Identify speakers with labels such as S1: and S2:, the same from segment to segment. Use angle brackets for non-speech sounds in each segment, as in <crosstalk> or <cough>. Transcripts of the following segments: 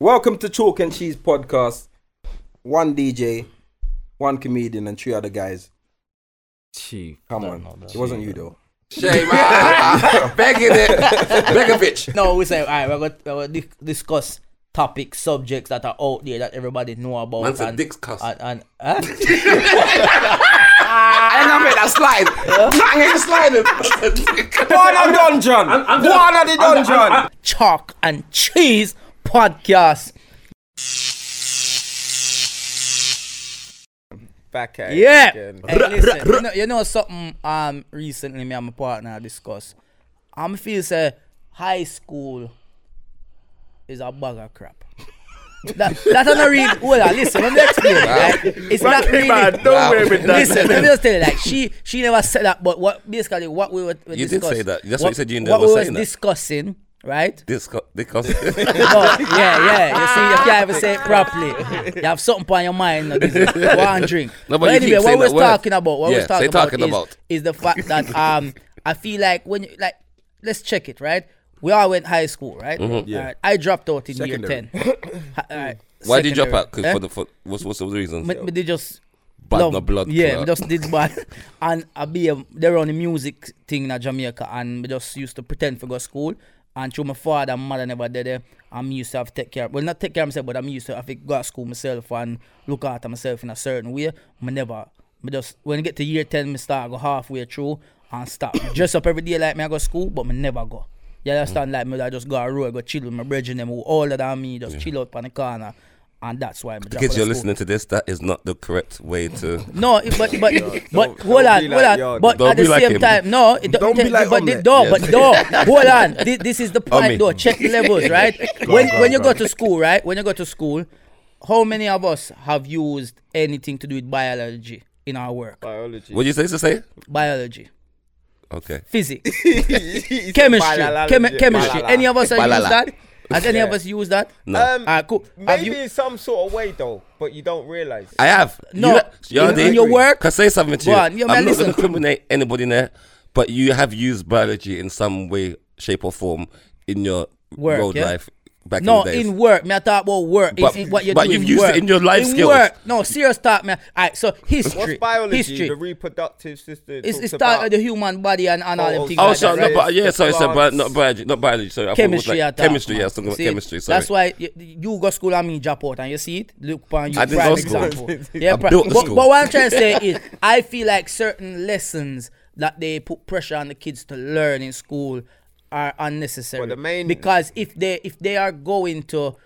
S1: Welcome to Chalk and Cheese Podcast. One DJ, one comedian, and three other guys.
S2: Chief.
S1: Come on. It wasn't you though.
S3: Shame. I'm begging it. Begovich.
S4: No, we say, all right, we're going we're to discuss topics, subjects that are out there that everybody know about.
S3: Man said
S4: and,
S3: dick's cuss.
S4: and, and, uh, huh?
S3: I ain't gonna make that slide. I ain't sliding.
S1: One of dungeon.
S2: I'm gonna-
S1: One of the dungeon.
S4: Chalk and Cheese Podcast.
S1: Back at
S4: Yeah. Hey, listen, you, know, you know something um recently me and my partner discuss. I'm feel say high school is a bag of crap. <laughs> that that I not read well listen, let me explain. right? It's not really
S2: Don't
S3: <laughs>
S2: worry with that.
S4: Listen, let me just tell you, like she she never said that, but what basically what we were we
S3: You did
S4: discussed,
S3: say that. That's what you said you
S4: what
S3: never
S4: we
S3: saying
S4: were
S3: that.
S4: discussing, right?
S3: This
S4: <laughs> No, yeah, yeah. You see, you can't even say it properly. You have something on your mind. No, this is one drink.
S3: No, but you keep
S4: anyway, what
S3: saying
S4: we're
S3: that word.
S4: talking about, what
S3: Yeah,
S4: we're talking,
S3: say talking
S4: about,
S3: about.
S4: Is, is the
S3: <laughs>
S4: fact that um, I feel like when you like, let's check it, right? We all went high school, right?
S3: Mm-hmm.
S4: All right, I dropped out in
S1: Secondary.
S4: year ten. Ha- all right,
S3: Why did you drop
S4: secondary.
S3: out? Cause
S4: Eh?
S3: for the for, what's what's the reason?
S4: Me- me did just
S3: Bad
S4: love-
S3: no blood.
S4: Yeah,
S3: clot.
S4: we just did bad. <laughs> and I be um, there on the music thing in Jamaica, and we just used to pretend for go school. And through my father and mother never did it. I'm used to have to take care. Well, not take care of myself, but I'm used to have to go to school myself and look after myself in a certain way. I never, I just when I get to year ten, I start go halfway through and stop. <coughs> Dress up every day like me I go school, but me never go. You understand? Like me, I just go a road, go chill with my brethren, them who older than me, just chill out on the corner, and that's why. The
S3: Kids, you're listening to this. That is not the correct way to.
S4: No, it- but but but
S1: don't
S4: hold on,
S1: be
S4: hold
S1: like
S4: on.
S1: Yard.
S4: But
S3: Don't
S4: at the
S3: be like
S4: same
S3: him.
S4: time, no, it don't,
S1: Don't be
S4: take-
S1: like
S4: but the,
S1: Omelette.
S4: no,
S3: Yeah.
S4: but
S1: <laughs>
S4: no, hold on. Thi- This, is the
S3: Omi.
S4: point, though. Check the levels, right? when when you go to school, right? When you go to school, how many of us have used anything to do with biology in our work?
S5: biology.
S3: What you say to say?
S4: Biology,
S3: Okay.
S4: physics, <laughs>
S1: <laughs>
S4: chemistry, chemi- chemistry. Any of us have
S3: Biology.
S4: used that? Has any of
S5: Yeah.
S4: us used that?
S3: No.
S5: Um,
S4: Ah, cool. Have
S5: Maybe
S4: you?
S5: in some sort of way though, but you don't realize.
S3: I have.
S4: No,
S3: You,
S4: in-
S3: Yardi,
S4: in your work-
S3: Can I say something to
S4: Go
S3: you?
S4: on, yeah, man,
S3: I'm not
S4: listen.
S3: going to criminate anybody in there, but you have used biology in some way, shape, or form in your
S4: Work,
S3: road
S4: yeah?
S3: life back
S4: No,
S3: in the days.
S4: in work. Me, I talk about work. It's
S3: But-
S4: in what you're
S3: but
S4: doing.
S3: you've used it
S4: work.
S3: in your life
S4: in
S3: skills.
S4: Work. No, serious talk, man. All right, so history.
S5: What's biology?
S4: History.
S5: The reproductive system.
S4: it's it's
S5: talks
S4: start
S5: about-
S4: of the human body and, and all them
S5: Oh,
S4: things.
S5: oh,
S3: Oh,
S4: like
S3: sorry,
S4: that, right?
S3: no, but yeah, sorry, sorry, but
S5: plants.
S3: not biology, not biology. Sorry, I thought it was
S4: Chemistry,
S3: like
S4: I thought,
S3: chemistry.
S4: man.
S3: Yeah, I was talking about
S4: See,
S3: chemistry. Sorry,
S4: That's why you, you go school. I mean, drop out, and you see it. Look upon you.
S3: I didn't
S4: prime
S3: go school.
S4: example.
S3: <laughs>
S4: yeah,
S3: I
S4: pri-
S3: built the
S4: but,
S3: school.
S4: but what I'm trying to say is, I feel like certain lessons that they put pressure on the kids to learn in school are unnecessary.
S5: But the main-
S4: because if they if they are going to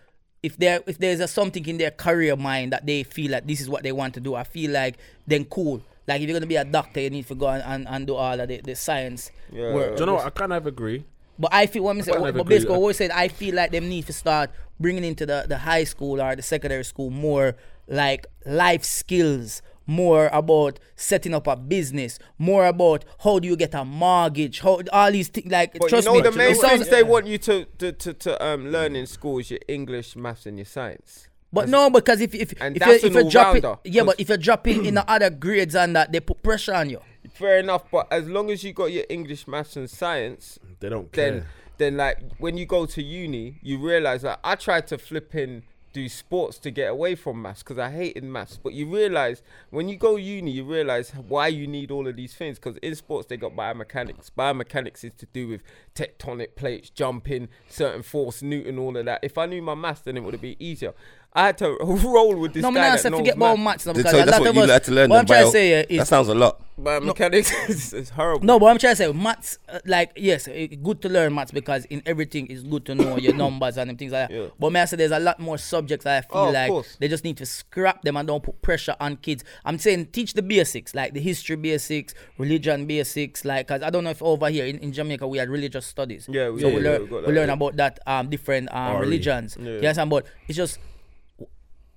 S4: if there if there's a something in their career mind that they feel like this is what they want to do, I feel like then cool. Like if you're gonna be a doctor, you need to go and, and, and do all of the, the science
S5: Yeah.
S4: work.
S2: Do you know what? I kind of agree.
S4: But I feel what I'm saying,
S2: Kind of
S4: but
S2: agree.
S4: basically, what we said, I feel like them need to start bringing into the, the high school or the secondary school more like life skills, more about setting up a business, more about how do you get a mortgage, how all these things. Like,
S5: But
S4: trust
S5: you know
S4: me,
S5: the main
S4: it sounds-
S5: things they want you to to, to, to um, learn in school is your English, maths, and your science.
S4: But no, because if if
S5: And
S4: if you're,
S5: that's
S4: if
S5: an
S4: you're dropping,
S5: all-rounder,
S4: yeah, but
S5: 'cause-
S4: if you're dropping
S5: <clears throat>
S4: in the other grades and that, they put pressure on you.
S5: Fair enough, but as long as you got your English, maths, and science,
S2: They don't care.
S5: then then like when you go to uni, you realize that I tried to flip in do sports to get away from maths because I hated maths. But you realize when you go uni, you realize why you need all of these things because in sports they got biomechanics. Biomechanics is to do with tectonic plates, jumping, certain force, Newton, all of that. If I knew my maths, then it would have been easier. I had to <laughs> roll with this
S4: No,
S5: guy
S4: man, I
S5: that
S4: said
S5: knows
S4: forget about
S5: maths.
S4: maths now,
S3: Th-
S4: because
S3: so
S4: a
S3: that's
S4: lot
S3: what
S4: of
S3: you
S4: us.
S3: like to learn.
S4: what
S3: in
S4: I'm trying
S3: bio.
S4: to say here is
S3: that sounds a lot.
S5: Biomechanics <laughs> is, is horrible.
S4: No, but I'm trying to say maths. uh, Like yes, it, good to learn maths because in everything it's good to know
S5: <coughs>
S4: your numbers and them things like that.
S5: Yeah.
S4: But man, I said there's a lot more subjects that I
S5: Oh,
S4: feel
S5: of
S4: like
S5: course.
S4: they just need to scrap them and don't put pressure on kids. I'm saying teach the basics, like the history basics, religion basics, like because I don't know if over here in, in Jamaica we had religious studies.
S5: Yeah, we-
S4: so
S5: yeah,
S4: we
S5: yeah,
S4: learn
S5: we got that,
S4: we learn
S5: yeah. E.
S4: about that um different um religions.
S5: Yeah.
S4: Yes, and but it's just.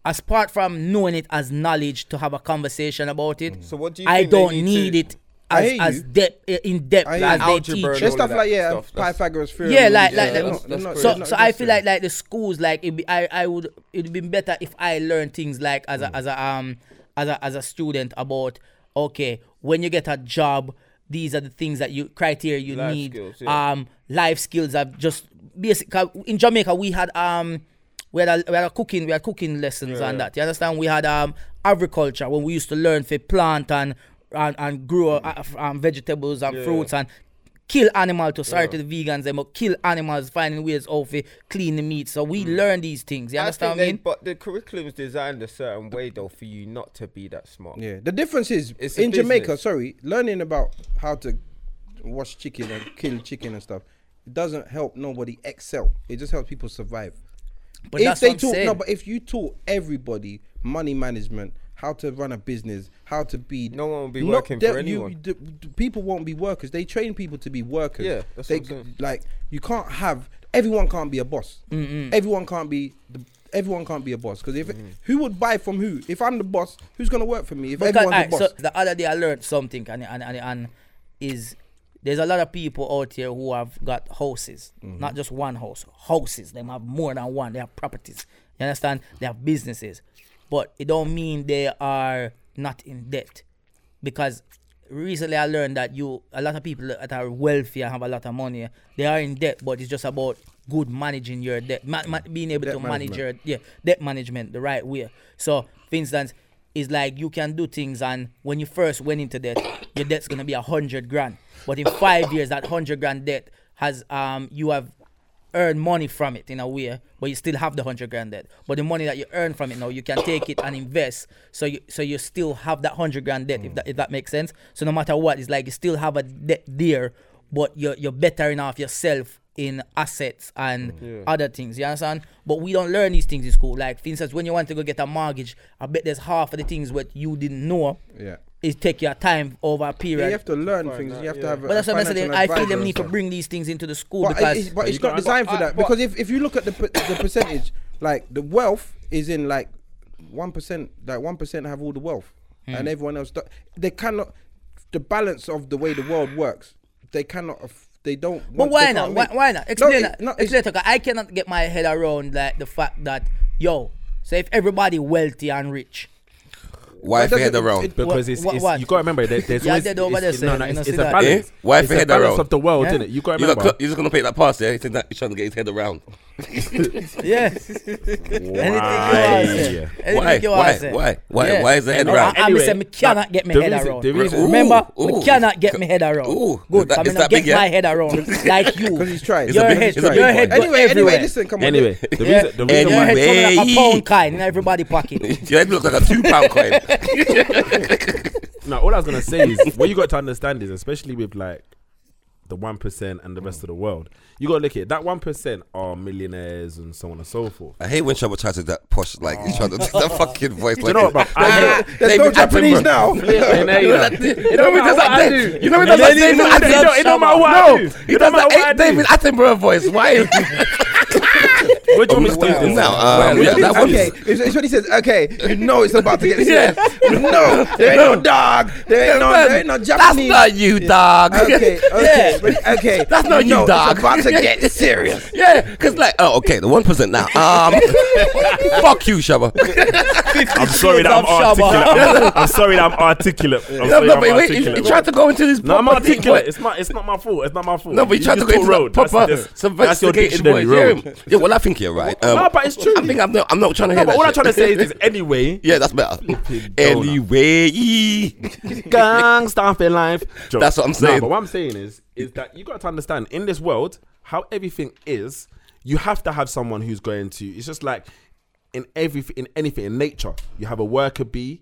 S4: As part from knowing it as knowledge to have a conversation about it,
S5: So what do you
S4: I
S5: think they
S4: don't
S5: need
S4: need, it
S5: to-
S1: I
S4: as
S1: hear
S4: as
S1: you.
S4: depth uh, in depth
S1: I hear
S4: as
S1: you.
S4: they
S5: Algebra
S4: teach.
S5: and
S1: There's
S5: all of
S1: stuff
S5: that
S1: like yeah,
S5: stuff, that's-
S1: Pythagoras theorem.
S4: Yeah, like
S5: Yeah,
S4: like,
S5: that's-
S4: like-
S5: that's crazy.
S4: so.
S5: not
S4: So I feel like like the schools like it be, I I would it'd been better if I learned things like as
S5: Mm.
S4: a as a um as a as a student about okay when you get a job these are the things that you criteria you
S5: Life
S4: need
S5: skills, yeah.
S4: um life skills I've just basic 'cause in Jamaica we had um we had a, we had a cooking we had cooking lessons and that. You understand? We had um agriculture when we used to learn to plant and and, and grow uh, f- um, vegetables and fruits and kill animal to sorry to the vegans them but kill animals finding ways out to clean the meat. So we learn these things. You
S5: Mm. I
S4: understand
S5: think
S4: what I mean?
S5: they, but the curriculum's designed a certain way though for you not to be that smart.
S6: Yeah, the difference is
S5: It's a
S6: in Jamaica.
S5: business.
S6: Sorry, learning about how to wash chicken and kill chicken and stuff it doesn't help nobody excel. It just helps people survive.
S4: But
S6: if
S4: that's
S6: they
S4: what I'm
S6: taught no,
S4: saying.
S6: but if you taught everybody money management, how to run a business, how to be
S5: No one will be
S6: not
S5: working for
S6: that you-
S5: anyone.
S6: d- d- people won't be workers. They train people to be workers.
S5: Yeah, that's
S6: they,
S5: what I'm saying.
S6: Like you can't have everyone can't be a boss. Everyone can't be the, everyone can't be a boss because if who would buy from who? If I'm the boss, who's gonna work for me? If
S4: Because,
S6: everyone's
S4: alright,
S6: a boss,
S4: so the other day I learned something, and and and, and is there's a lot of people out here who have got houses,
S6: Mm-hmm.
S4: not just one house, houses. They have more than one. They have properties. You understand? They have businesses, but it don't mean they are not in debt, because recently I learned that you a lot of people that are wealthy and have a lot of money, they are in debt, but it's just about good managing your debt, ma- ma- being able to
S6: Debt
S4: manage
S6: management.
S4: your yeah debt management the right way. So, for instance, it's like you can do things, and when you first went into debt, <coughs> your debt's gonna be a hundred grand. But in five years, that hundred grand debt has um you have earned money from it in a way, but you still have the hundred grand debt. But the money that you earn from it now, you can take it and invest. So you so you still have that hundred grand debt if that if that makes sense. So no matter what, it's like you still have a debt there, but you're you're bettering off yourself in assets and other things. You understand? But we don't learn these things in school. Like for instance, when you want to go get a mortgage, I bet there's half of the things what you didn't know.
S6: yeah.
S4: It take your time over a period.
S6: You have to learn
S5: Fine,
S6: things.
S5: that-
S6: you have to
S5: yeah.
S6: have. a-
S4: but that's
S6: a
S4: what I'm saying.
S6: financial
S4: I feel
S6: advisor
S4: them
S6: and
S4: need to
S6: stuff.
S4: bring these things into the school
S6: But,
S4: because
S6: it, it's, but it's
S2: you
S6: not
S2: can't-
S6: designed for
S5: but-
S6: that
S5: but-
S6: because if, if you look at the per- the percentage, like the wealth is in like one percent, like one percent have all the wealth,
S4: Hmm.
S6: and everyone else do- they cannot. The balance of the way the world works, they cannot. aff- They don't. want-
S4: But
S6: they
S4: why
S6: can't
S4: not? Why,
S6: make-
S4: why not?
S6: No,
S4: Explain
S6: it-
S4: that.
S6: no, it's-
S4: Explain that. 'cause I cannot get my head around like the fact that yo. So if everybody wealthy
S6: <laughs>
S4: and rich,
S3: Why
S6: doesn't-
S3: head around?
S6: it-
S2: Because
S4: Wha-
S2: it's,
S4: wha-
S2: it's
S4: what?
S2: you gotta remember that there's
S4: Yeah,
S2: always,
S4: they're over there
S2: it's, no,
S4: saying,
S2: no,
S4: you know,
S2: it's,
S4: see
S2: it's a
S4: that?
S2: balance.
S3: Eh? Why
S2: it's
S3: if you
S2: a
S3: head
S2: balance
S3: around?
S2: of the world,
S4: Yeah.
S2: isn't it? You gotta
S3: You're, not
S2: remember.
S3: cl- you're just gonna play that pass, yeah? He's not- he's trying to get his head around. <laughs>
S4: yeah.
S6: <laughs>
S4: Anything you
S2: Why?
S4: want, Anything
S3: Why?
S4: you
S3: Why?
S4: want, say.
S3: Why? Why- why is the head
S4: No,
S3: round?
S4: I, I'm
S2: Anyway,
S4: saying, me cannot
S2: but
S4: get my
S2: the
S4: head
S2: reason-
S4: around.
S2: the reason-
S4: Remember,
S3: Ooh,
S4: me
S3: ooh.
S4: cannot get my head around.
S3: Ooh,
S4: Good,
S3: is that-
S4: I
S3: is
S4: mean, I
S3: that
S4: get
S3: big, yeah?
S4: my head
S3: <laughs>
S4: around like you.
S6: Because he's trying.
S3: It's
S4: your
S3: a big-
S4: head,
S3: it's a big
S4: your
S3: boy.
S4: head. go
S6: Anyway, anyway,
S4: everywhere.
S6: listen. Come on. <laughs>
S2: Anyway, the
S4: Yeah.
S2: reason, the reason
S3: Anyway.
S4: your
S2: why
S4: head coming like a
S3: Anyway. <laughs>
S4: pound coin in everybody pocket.
S3: Your head looks like a two pound coin.
S2: No, all I was gonna say is what you got to understand is, especially with like the one percent and the rest of the world, you gotta look at it. that one percent are millionaires and so on and so forth.
S3: I hate when Shabba tries to do that posh, like, he's trying to do that fucking voice. Like,
S2: You know what, bro?
S3: <laughs>
S2: I hate it.
S6: There's no
S3: David
S6: Japanese
S3: Attenborough.
S6: now.
S3: <laughs>
S2: You know what I do?
S3: You know what does that do? You know what does that
S2: It don't- it don't- it don't matter what I do.
S3: No, he
S2: It
S3: does
S2: don't matter what I
S3: that
S2: do.
S3: David Attenborough voice. Why? is-
S2: <laughs> What do you want me to do
S3: Wow.
S2: this?
S3: No, um, yeah, that one
S6: okay,
S3: is-
S6: it's, it's when he says, "Okay, you know it's about
S4: <laughs>
S6: to get serious." no, there ain't no dog. There ain't no. There ain't no
S3: That's
S6: Japanese.
S3: not you, dog. <laughs>
S6: Okay, okay, but- okay.
S3: That's not you,
S6: no,
S3: dog.
S6: It's about to get
S3: <laughs>
S6: serious.
S3: Yeah, because like, oh, okay, the one percent now. Um,
S6: <laughs>
S3: fuck you, Shabba.
S2: I'm sorry that I'm
S4: Love Shabba.
S2: articulate. <laughs> I'm- I'm sorry that I'm articulate. I'm
S3: No,
S2: sorry
S3: no,
S2: I'm
S3: but wait, you, you
S2: articulate.
S3: tried to go into this.
S2: No, I'm
S3: proper deep
S2: articulate.
S3: voice.
S2: It's my, it's not my fault. It's not my fault.
S3: No, but you tried to
S2: just
S3: go
S2: talk
S3: into the
S2: road. That's-
S3: proper
S2: that's- that's your
S3: sophisticated
S2: dictionary
S3: voice. Yeah,
S2: road.
S3: Yeah, well, I think you're right. Um,
S2: No, but it's true.
S3: I think I'm not. I'm not trying to
S2: No,
S3: hear
S2: but
S3: that.
S2: all I'm
S3: shit.
S2: trying to
S3: <laughs>
S2: say is, this anyway,
S3: yeah, that's
S2: <laughs>
S3: better.
S2: donut.
S3: Anyway,
S2: gang stuff in life. Joke.
S3: That's what I'm
S2: No,
S3: saying.
S2: but what I'm saying is, is that you got to understand in this world how everything is. You have to have someone who's going to. It's just like in every in anything in nature, you have a worker bee.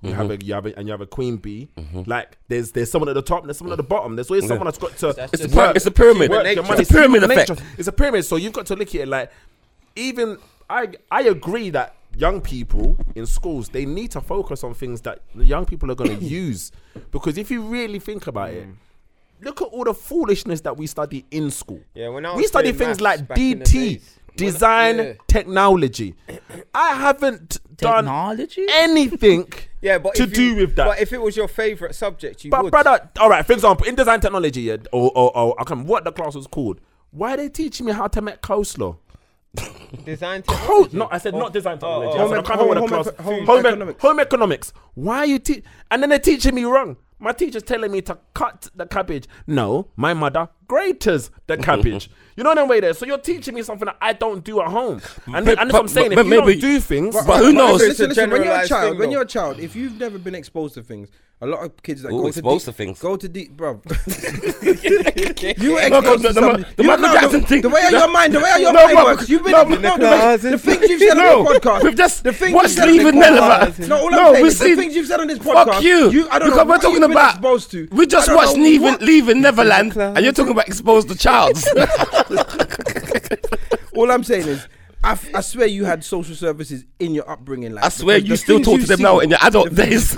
S2: You have
S3: Mm-hmm.
S2: a you have a, and you have a queen bee. Like there's there's someone at the top, and there's someone at the bottom. There's always someone that's got to.
S3: It's a pyra- it's a pyramid.
S2: work your
S3: It's a
S2: money.
S3: pyramid
S2: human
S3: effect.
S2: nature. It's a pyramid. So you've got to look at it like even I I agree that young people in schools they need to focus on things that the young people
S3: <coughs>
S2: are going to use because if you really think about
S3: Mm.
S2: it. Look at all the foolishness that we study in school.
S5: Yeah, when I
S2: we
S5: was
S2: study
S5: doing
S2: things
S5: maths
S2: like
S5: back in the
S2: DT,
S5: days.
S2: design
S5: Yeah.
S2: technology. I haven't done
S4: Technology?
S2: anything
S5: <laughs> Yeah, but
S2: to
S5: if
S2: do
S5: you-
S2: with that.
S5: But if it was your favorite subject, you
S2: But
S5: would.
S2: brother, all right. For example, in design technology, yeah, or or, or I can't remember what the class was called. Why are they teaching me how to make coleslaw?
S5: design
S2: Co-
S5: technology.
S2: no, I said not design technology.
S5: oh,
S2: I, said, I
S6: home
S2: can't remember
S6: ec- home
S2: what the
S6: ec-
S2: class.
S6: home
S2: Home, home, economics.
S6: economics.
S2: home economics. Why are you teach? And then they're teaching me wrong. My teacher's telling me to cut the cabbage. No, my mother graters <laughs> the cabbage. you know that way there. So you're teaching me something that I don't do at home.
S3: But-
S2: And, and that's
S3: but-
S2: what I'm saying.
S3: but- but
S2: if you
S3: maybe-
S2: don't do things,
S3: but who knows?
S5: It's a
S6: Listen, listen, when you're a
S5: generalized
S6: child,
S5: thing,
S6: when
S5: though.
S6: you're a child, if you've never been exposed to things, a lot of kids that
S3: Ooh,
S6: go
S3: exposed
S6: to,
S3: to things.
S6: Go to deep, <laughs>
S3: <laughs>
S6: bro. you were exposed
S3: no,
S6: to
S3: the- the
S6: something.
S3: Ma- the
S6: you
S3: Michael
S6: know,
S3: Jackson thing.
S6: The way
S3: No.
S6: your mind, the way your
S3: <laughs> No,
S6: mind
S3: Ma-
S6: works. You've been
S3: no,
S6: no, no, the, the things you've said on
S3: No,
S6: this podcast.
S3: we've just-
S6: the things
S3: what's
S6: you've said on this
S3: leaving
S6: podcast-
S3: relevant?
S6: No, all I'm
S3: No,
S6: saying
S3: we've
S6: is the
S3: seen-
S6: things you've said on this podcast.
S3: Fuck you.
S6: I don't
S3: because
S6: know
S3: we're
S6: what
S3: talking
S6: you've been
S3: about.
S6: exposed to.
S3: We
S6: I
S3: just
S6: don't
S3: watched
S6: know
S3: leaving,
S6: what-
S3: leaving Neverland, and you're talking about expose
S6: <laughs>
S3: the child.
S6: All I'm saying is, I, f- I swear you had social services in your upbringing. Like
S3: I swear
S6: because
S3: you
S6: the
S3: still
S6: things
S3: talk
S6: you've
S3: to them
S6: seen-
S3: now in your adult days.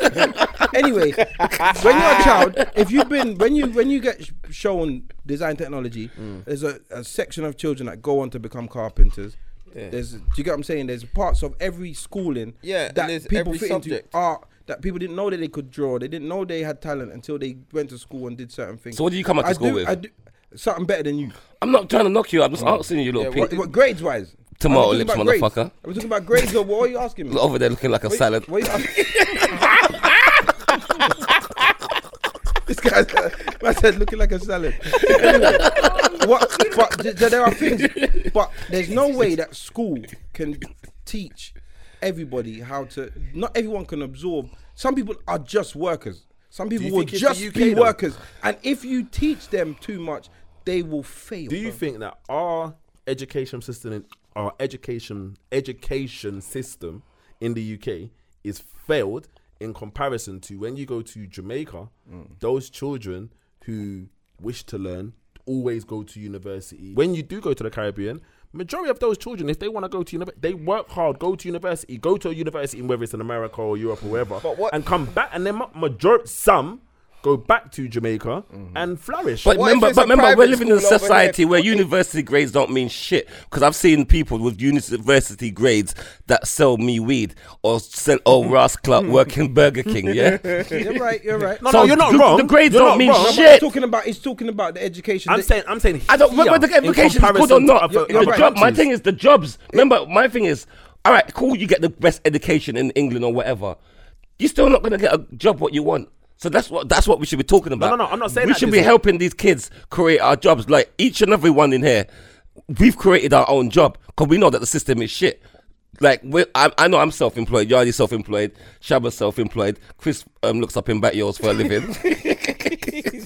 S6: anyway, when you're
S3: <laughs>
S6: a child, if you've been when you when you get sh- shown design technology,
S3: Mm.
S6: there's a, a section of children that go on to become carpenters. There's, do you get what I'm saying? There's parts of every schooling
S5: Yeah, and
S6: that
S5: there's
S6: people
S5: every
S6: fit into
S5: subject.
S6: art that people didn't know that they could draw. They didn't know they had talent until they went to school and did certain things.
S3: So what did you come out to
S6: I
S3: school
S6: do-
S3: with?
S6: I do, something better than you.
S3: I'm not trying to knock you. I'm just answering you, little
S5: Yeah,
S6: What,
S3: pig.
S6: what grades wise? Are
S3: Tomato
S6: we
S3: lips,
S6: talking about grades?
S3: motherfucker.
S6: Are we talking about grades or what are you asking
S3: <laughs>
S6: me?
S3: Over there looking like a salad.
S6: What are you <laughs> this guy's I said looking like a salad. <laughs> Anyway, what, but th- th- there are things, but there's no way that school can teach everybody how to. Not everyone can absorb. Some people are just workers. Some people
S2: you
S6: will
S2: think it's
S6: just
S2: the UK
S6: be
S2: though?
S6: workers, and if you teach them too much, they will fail.
S2: Do you think that our education system, in, our education education system in the UK is failed in comparison to when you go to Jamaica?
S5: Mm.
S2: Those children who wish to learn always go to university. When you do go to the Caribbean. Majority of those children, if they want to go to university, they work hard, go to university, go to a university, whether it's in America or Europe or wherever,
S5: But what-
S2: and come back. And then majority, some go back to Jamaica
S5: Mm-hmm.
S2: and flourish.
S3: But
S5: What if
S3: remember,
S5: it's
S3: but
S5: a
S3: remember, we're
S5: private
S3: living in a
S5: school over here?
S3: society where university grades don't mean shit. Because I've seen people with university grades that sell me weed or sell old Ross Clark working Burger King. Yeah,
S6: You're right.
S2: <laughs>
S6: You're right.
S2: No,
S3: So
S2: no, you're not
S3: the-
S2: wrong.
S3: the grades
S2: You're
S3: don't
S2: not
S3: mean
S2: wrong.
S6: No, but
S3: shit.
S6: He's talking about. He's talking about the education.
S2: I'm
S6: that-
S2: saying, I'm saying.
S3: I don't. Whether the
S2: here, in
S3: education is good or
S2: comparison to
S3: not,
S2: other-
S3: the
S2: other
S3: job, my
S2: countries.
S3: thing is the jobs. Remember, my thing is, all right, cool. You get the best education in England or whatever. You're still not gonna get a job what you want. So that's what that's what we should be talking about.
S2: no, no, I'm not saying
S3: we
S2: that,
S3: should be
S2: Dizzy.
S3: helping these kids create our jobs. Like each and every one in here, we've created our own job because we know that the system is shit. Like we're, I, I know I'm self-employed. Yardi's self-employed. Shabba's self-employed. Chris um, looks up in back yours for a
S2: <laughs>
S3: living.
S5: He's <laughs>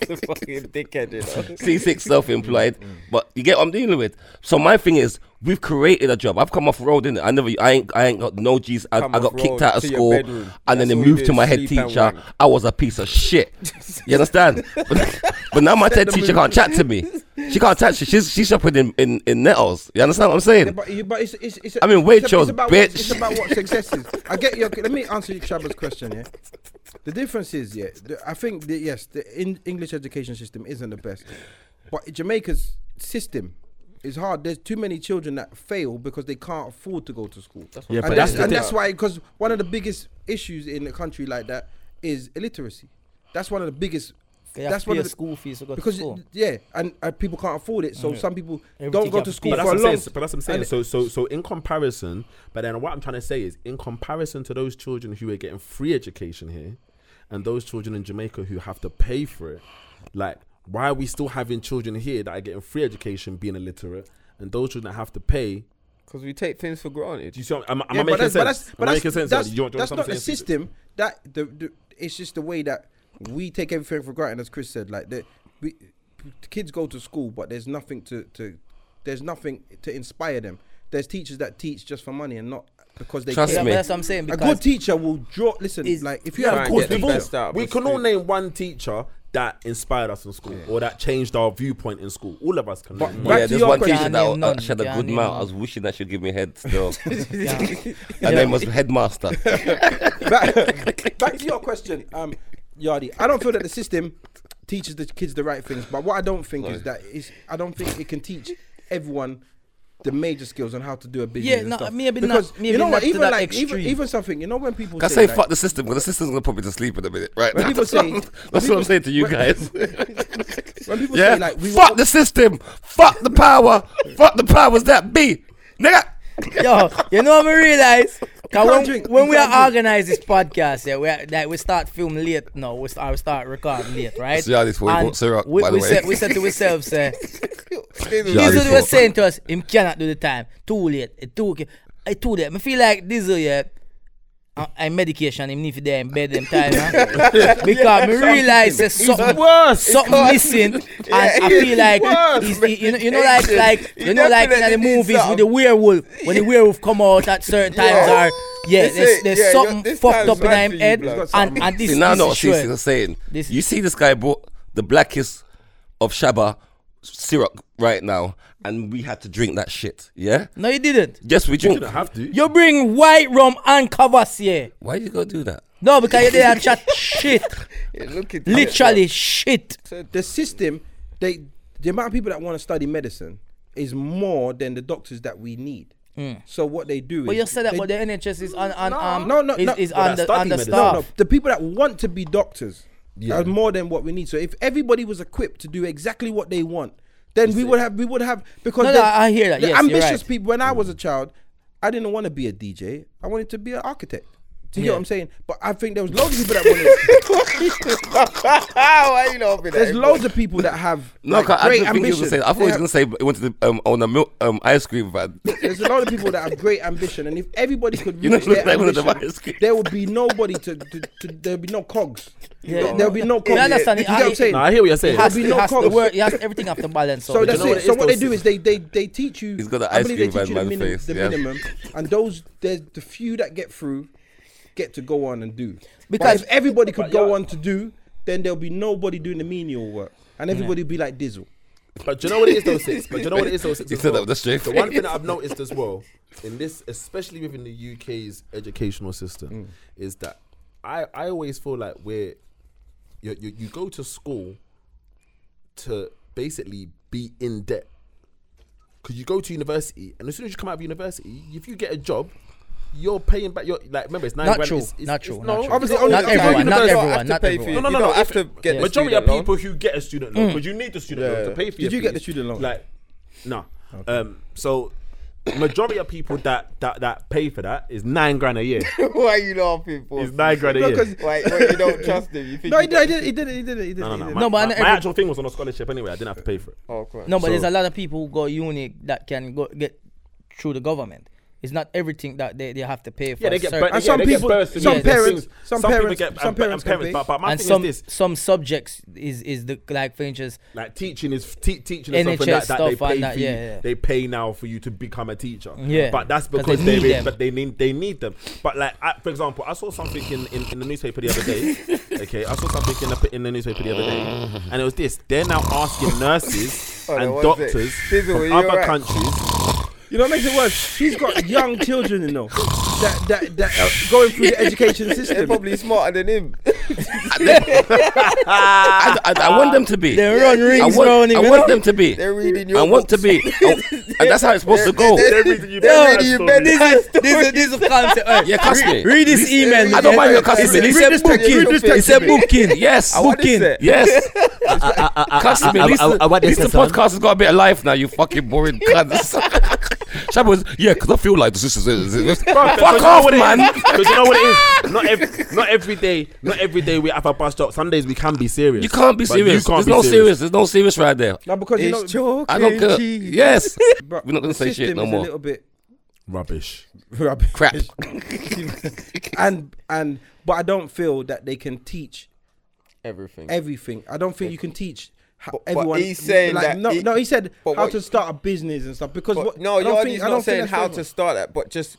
S5: the fucking dickhead, you know.
S3: C6 self-employed, but you get what I'm dealing with. So my thing is, we've created a job. I've come off road in it. I never, I ain't, I ain't got no G's. I, I
S5: Come
S3: got
S5: off
S3: kicked
S5: road
S3: out of
S5: to your
S3: school,
S5: bedroom.
S3: and then
S5: That's
S3: they
S5: all you
S3: moved to
S5: did,
S3: my head
S5: sleep and
S3: teacher.
S5: wank.
S3: I was a piece of shit.
S5: <laughs>
S3: You understand? but, now my head teacher can't chat to me. She can't chat. She, she's she's shopping in in, in nettles. You understand what I'm saying?
S6: Yeah, but, you- but it's, it's, it's
S3: I mean,
S6: it's
S3: Waitrose,
S6: it's about what-
S3: bitch.
S6: it's about what success is. I get your. Let me answer Shabba's question. Yeah, the difference is, yeah, the, I think that yes, the in, English education system isn't the best, but Jamaica's system is hard. There's too many children that fail because they can't afford to go to school.
S2: Yeah,
S6: and
S2: but that's
S6: that's,
S2: the
S6: and
S2: thing.
S6: that's why because one of the biggest issues in a country like that is illiteracy. That's one of the biggest.
S4: They have
S6: that's
S4: to
S6: one
S4: pay
S6: of the
S4: school fees to go to
S6: because
S4: school.
S6: it- yeah, and uh, people can't afford it, so some people
S4: Everything
S6: don't go
S4: you
S6: to
S4: have to
S6: school
S2: But
S4: pay.
S2: that's,
S6: for a
S2: what I'm
S6: long.
S2: saying. but that's what I'm saying.
S6: and-
S2: So, so, so in comparison, but then what I'm trying to say is, in comparison to those children who are getting free education here, and those children in Jamaica who have to pay for it, like why are we still having children here that are getting free education being illiterate, and those children that have to pay?
S5: Because we take things for granted.
S2: Do you see? What I'm, am
S6: Yeah,
S2: I making
S6: that's,
S2: sense?
S6: that's,
S2: am I making
S6: that's,
S2: sense?
S6: that's,
S2: Daddy? Do you want- do you
S6: that's
S2: want
S6: not
S2: to
S6: the
S2: say anything?
S6: system. That the, the it's just the way that we take everything for granted, as Chris said. Like the, we, the kids go to school, but there's nothing to, to there's nothing to inspire them. There's teachers that teach just for money and not because they.
S3: Trust
S6: care.
S4: Yeah,
S3: me.
S4: but that's what I'm saying.
S6: A
S4: Because
S6: good teacher will draw. Listen,
S4: Is-
S6: like if you
S2: Yeah,
S6: have
S2: of
S6: a
S2: course,
S6: good
S5: get the
S2: we've
S5: best
S2: all,
S5: out of
S2: we
S5: us
S2: can all
S5: too.
S2: name one teacher that inspired us in school or that changed our viewpoint in school. All of us can. name one.
S6: Back
S3: yeah,
S6: to
S3: there's
S6: your
S3: one
S6: question.
S3: teacher that
S4: Ghanaian
S3: uh,
S4: nun,
S3: she had a good
S4: Ghanaian
S3: mouth. I
S4: nun.
S3: was wishing that she'd give me head still.
S5: <laughs>
S3: Her
S6: <laughs>
S4: yeah.
S3: name was Headmaster.
S6: back, <laughs> back to your question, um, Yardi. I don't feel that the system teaches the kids the right things, but what I don't think is that is I don't think it can teach everyone the major skills on how to do a business.
S4: Yeah,
S6: and
S4: no,
S6: stuff.
S4: maybe not-
S6: because
S4: maybe
S6: you know
S4: not
S6: what?
S4: to
S6: Even
S4: that
S6: like even,
S4: extreme.
S6: even something. You know when people
S3: I
S6: say,
S3: say
S6: like-
S3: fuck the system, but the system's gonna put me to sleep in a minute, right?
S6: When people
S3: <laughs> that's
S6: say-
S3: what, that's what I'm saying to you
S6: <laughs>
S3: guys.
S6: when people
S3: Yeah.
S6: say like we
S3: fuck
S6: want-
S3: the system. Fuck the power. fuck the powers that be. Nigga.
S4: Yo, you know what I realize? Cause when,
S6: can't drink.
S4: when
S6: You
S4: we
S6: can't
S4: are
S6: drink.
S4: organize this podcast, yeah, we are, that we start film late. No, we start, we start record late, right?
S3: See how this boy
S4: And
S3: brought syrup,
S4: We,
S3: by the
S4: we
S3: way.
S4: said we said to ourselves, uh, say,
S3: See how
S4: Diesel
S3: this
S4: was
S3: boy-
S4: saying to us, him cannot do the time. Too late. It too it too late. I feel like Diesel, yeah. I, I medication him need to there in bed them time, man. because me realize there's something
S5: worse.
S4: something
S5: <laughs>
S4: missing, and I feel like he's, he- you know, you know, like like
S5: He
S4: you know, like in the
S5: definitely needs
S4: movies with
S5: something.
S4: the werewolf when the werewolf come out at certain times
S5: Yeah.
S4: are. Yeah,
S5: That's
S4: there's,
S5: it.
S4: there's
S5: Yeah, you're-
S4: something
S5: this
S4: fucked
S5: time's
S4: up in
S5: right
S4: him
S5: for you,
S4: head,
S5: blood. He's got
S4: and, and this,
S3: See, now,
S4: this
S3: no,
S4: is
S3: see,
S4: sure.
S3: see, I'm saying.
S4: This-
S3: you see, this guy bought the blackest of Shaba syrup right now, and we had to drink that shit. Yeah?
S4: No, you didn't.
S3: Yes, we drink.
S2: don't have to.
S4: You bring white rum and Cavassier.
S3: Why you gonna do that?
S4: No, because you didn't
S5: <laughs>
S4: chat shit.
S5: Look at
S4: Literally shit.
S6: the system, they the amount of people that want to study medicine is more than the doctors that we need. So what they do
S4: Hmm. But
S6: is
S4: you said that,
S6: they-
S4: but the NHS is on, on um,
S6: No, no,
S4: is,
S6: no.
S4: is
S6: Well,
S4: on
S2: that's
S4: the, on
S2: study
S4: the
S2: medicine.
S6: no,
S4: staff.
S6: no, the people that want to be doctors are more than what we need. So if everybody was equipped to do exactly what they want, then we would have we would have because
S4: No, no,
S6: the-
S4: I hear that.
S6: The
S4: Yes, you're
S6: ambitious
S4: right.
S6: people. When I was a child, I didn't want to be a DJ. I wanted to be an architect. Do you get what I'm saying? But I think there was loads of people that wanted. <laughs>
S5: Why you laughing at
S6: there's
S5: him?
S6: loads of people that have
S3: No,
S6: like,
S3: 'cause I
S6: great
S3: didn't think he was
S6: ambition.
S3: gonna say. I
S6: They
S3: thought he was
S6: have-
S3: gonna say it went to the, um, on a milk um, ice cream
S6: <laughs>
S3: van.
S6: There's a lot of people that have great ambition, and if everybody could
S3: You know,
S6: reach
S3: look
S6: their
S3: like one of the ice
S6: ambition,
S3: cream.
S6: there would be nobody to, to, to there would be no cogs.
S4: Yeah.
S6: There- There would be no cogs.
S4: understand,
S6: You get what I'm
S4: I-
S6: saying?
S2: No, I hear what you're saying.
S4: It has,
S6: There'll be
S4: it
S6: no
S4: has the
S6: cogs.
S4: word, it has everything have to balance. out.
S6: So that's
S2: know what
S6: it.
S2: it
S6: So
S2: is,
S6: what they
S2: though,
S6: do is they they they teach you.
S3: He's got the
S6: I
S3: ice
S6: believe
S3: cream
S6: they teach
S3: van
S6: you the,
S3: man's
S6: minim-
S3: face,
S6: the
S3: yeah.
S6: minimum, and those there's the few that get through, get to go on and do.
S4: Because-
S6: Because if everybody could go on to do, then there'll be nobody doing the menial work, and everybody would be like Dizzle.
S2: But do you know what it is though, six? But do you know what it is though, six?
S3: He
S2: as
S3: said that
S2: well?
S3: with a straight
S2: The one thing that I've noticed as well in this, especially within the UK's educational system, is that I I always feel like we're you, you you go to school to basically be in debt because you go to university and as soon as you come out of university, if you get a job. You're paying back your like. Remember, it's nine
S4: Not
S2: grand.
S4: true,
S2: It's, it's,
S4: not
S2: it's-
S4: true,
S2: No,
S4: not true.
S2: obviously,
S6: Not
S2: only
S4: Not
S2: okay,
S4: everyone, not
S2: university-
S4: everyone, not
S5: pay for
S4: everyone.
S5: it. You don't have to get the
S2: majority
S5: student
S2: of
S5: loan.
S2: people who get a student loan because you need the student loan to pay for.
S6: Did
S2: your
S6: you get
S2: fees,
S6: the student loan?
S2: Like, no. Um, so, majority of people that that that pay for that is nine
S6: <laughs>
S2: grand a year.
S5: <laughs> Why are you laughing for?
S2: It's nine grand a
S6: No,
S2: year.
S6: 'cause-
S5: Like, well, you don't trust him. You think
S6: No,
S5: you
S6: he
S5: got-
S6: did, he did, he did, he did,
S2: No, no,
S6: he
S2: no.
S6: did.
S2: My,
S4: No, but I know
S2: my, my
S4: every-
S2: actual thing was on a scholarship anyway. I didn't have to pay for it.
S5: Oh, God.
S4: No, but there's
S2: So-
S4: a lot of people who go uni that can go get through the government. It's not everything that they, they have to pay for.
S2: Yeah, they
S4: a
S2: get,
S4: certain-
S2: bur- yeah,
S6: And some
S2: they get
S6: people-
S2: burst in
S6: some
S2: the- the
S6: parents-
S2: things-
S6: some
S2: people
S6: parents-
S2: get,
S6: some
S2: and-
S6: parents
S2: and
S6: can
S2: parents.
S6: pay.
S2: But, but my
S4: and
S2: thing
S4: some
S2: is this:
S4: some subjects is is the like for instance
S2: like teaching is te- teaching is something
S4: NHS
S2: that, that they
S4: stuff and
S2: pay
S4: that,
S2: for you-
S4: yeah, yeah.
S2: they pay now for you to become a teacher.
S4: Yeah.
S2: but that's
S4: 'Cause they
S2: because they
S4: need them.
S2: but they need they need them. But like I, for example, I saw something in, in, in the newspaper the other day.
S4: <laughs>
S2: okay, I saw something in the in the newspaper the other day, and it was this: they're now asking nurses
S5: <laughs> Oh,
S2: and
S5: that was it.
S2: doctors
S5: Dizzle,
S2: from
S5: you
S2: other
S5: alright? <laughs>
S2: countries.
S6: You know what makes it worse? He's got young children, you know, that that that are going through the education
S5: They're
S6: system.
S5: probably smarter than
S2: <laughs>
S5: him.
S6: Ah.
S3: I, I, I want them to be.
S4: they run
S3: I
S4: rings round
S3: want, I
S4: him.
S3: want them to be.
S5: They're reading your
S3: I want to
S5: books.
S3: be. I- and that's how it's supposed to go.
S5: They're reading your bed.
S4: This is <laughs> this is this is concept. Alright,
S3: Yeah, cuss me.
S4: Read this email.
S3: I don't mind your cuss me.
S4: It's a-
S3: Read
S4: It's a booking. It's
S3: <laughs>
S4: a booking.
S3: Yes.
S5: want this
S3: Booking. <laughs>
S5: set.
S3: Yes. Cuss me. At least the-
S2: I want
S3: at
S2: this
S3: least the
S2: set, son.
S3: podcast has got a bit of life now, you fucking boring <laughs> cunts. Shabba was, yeah, because I feel like this is. this is- this- Fuck off, man.
S2: Because you know what it is. Not every, not every day. Not every day we have a bus stop. Some days we can be
S3: <laughs>
S2: serious.
S3: You can't be
S2: But you
S3: serious.
S2: can't
S3: There's
S2: be
S3: no serious. There's no serious right there.
S6: No, because you know,
S5: It's chalk
S3: I don't
S5: and
S3: care.
S5: cheese.
S3: Yes.
S6: bro,
S3: We're not gonna
S6: the
S3: say
S6: system
S3: shit no
S6: is
S3: more.
S6: A little bit
S2: Rubbish.
S6: rubbish.
S3: Crap.
S6: <laughs> and and but I don't feel that they can teach
S5: Everything.
S6: everything. I don't think you can teach ho-
S5: But- but
S6: everyone.
S5: he's saying
S6: like,
S5: that
S6: no,
S5: he-
S6: no, he said
S5: but
S6: how
S5: what-
S6: to start a business and stuff because
S5: But
S6: what,
S5: no,
S6: I don't
S5: you're
S6: think- I
S5: not
S6: don't think
S5: saying
S6: that's
S5: how
S6: going
S5: to
S6: on.
S5: start that, but just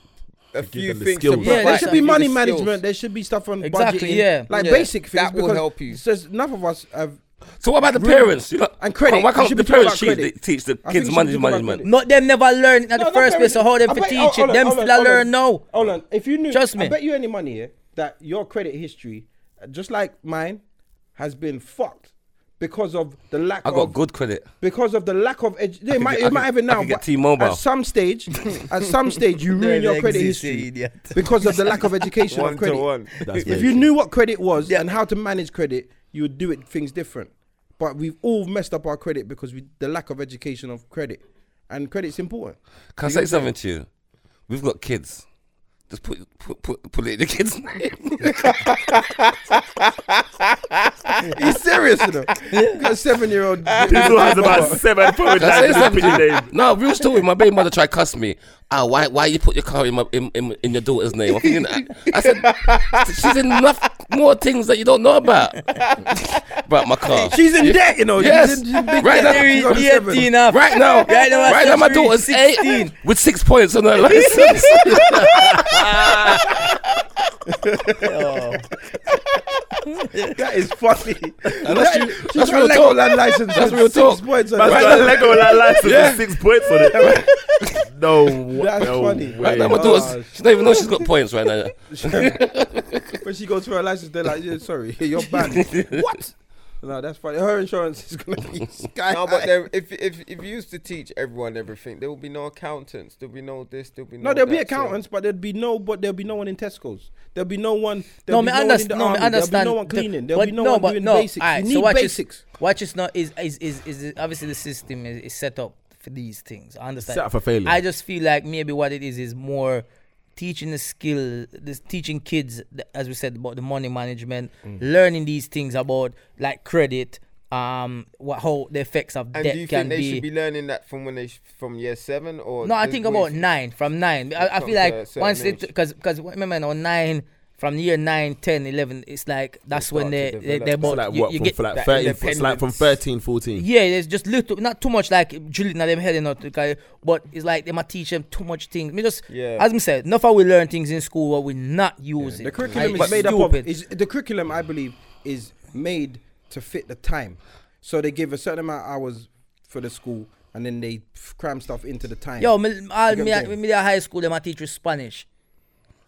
S5: a few
S2: them the
S5: things.
S2: skills.
S5: to
S2: Yeah,
S5: provide
S6: there
S4: that's
S6: should
S5: you
S6: be
S5: with
S6: money
S5: the
S6: management.
S5: <laughs> skills.
S6: There should be stuff on
S4: Exactly,
S6: budgeting,
S4: yeah.
S6: like
S5: Yeah,
S6: basic things.
S5: that will
S6: because
S5: help you.
S6: There's enough of us have.
S3: So what about the parents? You know,
S6: And credit.
S3: Why
S6: We
S3: can't
S6: should
S3: the
S6: be talking
S3: parents
S6: about
S3: teach, the,
S6: credit.
S3: teach the
S6: I
S3: kids
S6: think we should be
S3: money
S6: talking about
S3: management?
S6: credit.
S4: Not them never learn in the
S6: No,
S4: first
S6: no,
S4: place. So how them
S6: I
S4: for
S6: bet- oh,
S4: teach
S6: hold
S4: it?
S6: on,
S4: Them
S6: hold on,
S4: still
S6: hold on.
S4: learn now.
S6: Hold on, if you knew,
S4: Trust me.
S6: I bet you any money here that your credit history, uh, just like mine, has been fucked because of the lack.
S3: I got
S6: of,
S3: good credit.
S6: because of the lack of edu- they might
S3: get-
S6: it
S3: I
S6: might
S3: could-
S6: have it
S3: I
S6: now.
S3: could get
S6: but
S3: T-Mobile.
S6: At some
S3: <laughs>
S6: stage, at some stage, you ruin your credit
S4: exist, you
S6: history
S4: idiot.
S6: because of the lack of education
S5: One
S6: of
S5: to
S6: credit.
S5: one. That's
S6: if you knew what credit was and how to manage credit, you would do it things different. But we've all messed up our credit because we the lack of education of credit, and credit's important.
S3: Can I say something to you? We've got kids. Just put put put, put it in the kid's
S6: <laughs>
S3: name.
S6: He's serious, <laughs> you know. You got a seven-year-old.
S4: <laughs>
S2: People has about seven points.
S3: Can I say
S2: That's his
S3: something? <laughs>
S2: name.
S3: No, real story. My baby mother tried to cuss me. Ah, why why you put your car in my in, in, in your daughter's name? I'm thinking, I, I said
S6: <laughs>
S3: she's in enough more things that you don't know about. <laughs> about my car.
S1: She's in debt, you know.
S3: yes,
S1: She's in,
S3: right
S4: Very
S3: now,
S6: on seven.
S4: dirty enough.
S3: right now,
S4: Right now,
S3: right now, my
S4: she's
S3: daughter's eight
S4: 16.
S3: with six points on her <laughs> license.
S4: Oh.
S6: That is funny.
S5: <laughs>
S3: that's you-
S6: She's
S3: that's
S6: got
S3: real
S6: a
S3: talk.
S6: Legoland license. with
S3: That's real
S6: six
S3: talk.
S6: points on
S2: That's
S6: it.
S2: got a Lego that license with six points on it. <laughs> no, w-
S6: That's
S2: no
S6: funny.
S3: right now,
S2: Way.
S3: my
S6: Oh,
S3: daughter's she don't even know she's got points right now.
S6: when she goes for her license, they're like, yeah, sorry, <laughs> you're banned. what? No, that's funny. Her insurance is gonna be <laughs> sky
S5: No,
S6: high.
S5: but there- if if if you used to teach everyone everything, there would be no accountants. There'll be no this. There'll be no.
S6: No, there'll be
S5: that, so-
S6: accountants, but there'll be no, but there'll be no one in Tesco's. There'll be no one.
S4: No,
S6: There'll be
S4: me
S6: no, one in
S4: understand.
S6: the
S4: No, me
S6: army.
S4: understand.
S6: There'll be no one
S4: the-
S6: cleaning. There'll
S4: but
S6: be no, one doing basics.
S4: alright,
S6: you need
S4: so what
S6: basics.
S4: Is, what is not is is is is is- obviously the system is, is set up for these things. I understand.
S2: Set up for failure.
S4: I just feel like maybe what it is is more teaching the skill, this teaching kids, th- as we said about the money management,
S5: Mm.
S4: learning these things about like credit, um, what how the effects of
S5: And
S4: debt
S5: do you
S4: can
S5: think they
S4: be.
S5: should be learning that from when they sh- from year seven or?
S4: No, I
S5: the-
S4: think
S5: what
S4: about
S5: is-
S4: nine from nine. I, I
S5: From
S4: feel like
S5: the
S4: once
S5: certain
S4: it because because remember now nine from year nine, 10, 11, it's like that's when
S5: start
S4: they
S5: to
S4: they
S5: develop.
S4: they
S5: So
S2: So
S4: about
S2: like
S4: you,
S2: what?
S4: you
S2: From,
S4: get
S2: for like
S5: that
S2: 13, for, it's like from
S5: independence.
S2: 13, 14.
S4: yeah, it's just little, not too much like drilling at them head and not okay, but it's like they might teach them too much things. Me just
S5: Yeah.
S4: as I said, enough how we learn things in school what we not use
S6: The
S4: it.
S6: curriculum
S4: Like,
S6: is made up
S4: stupid.
S6: of. Is, the curriculum, I believe, is made to fit the time. So they give a certain amount of hours for the school, and then they f- cram stuff into the time.
S4: Yo, me, all
S6: You get
S4: me,
S6: what
S4: at-
S6: I'm saying?
S4: me at high school they might teach you Spanish.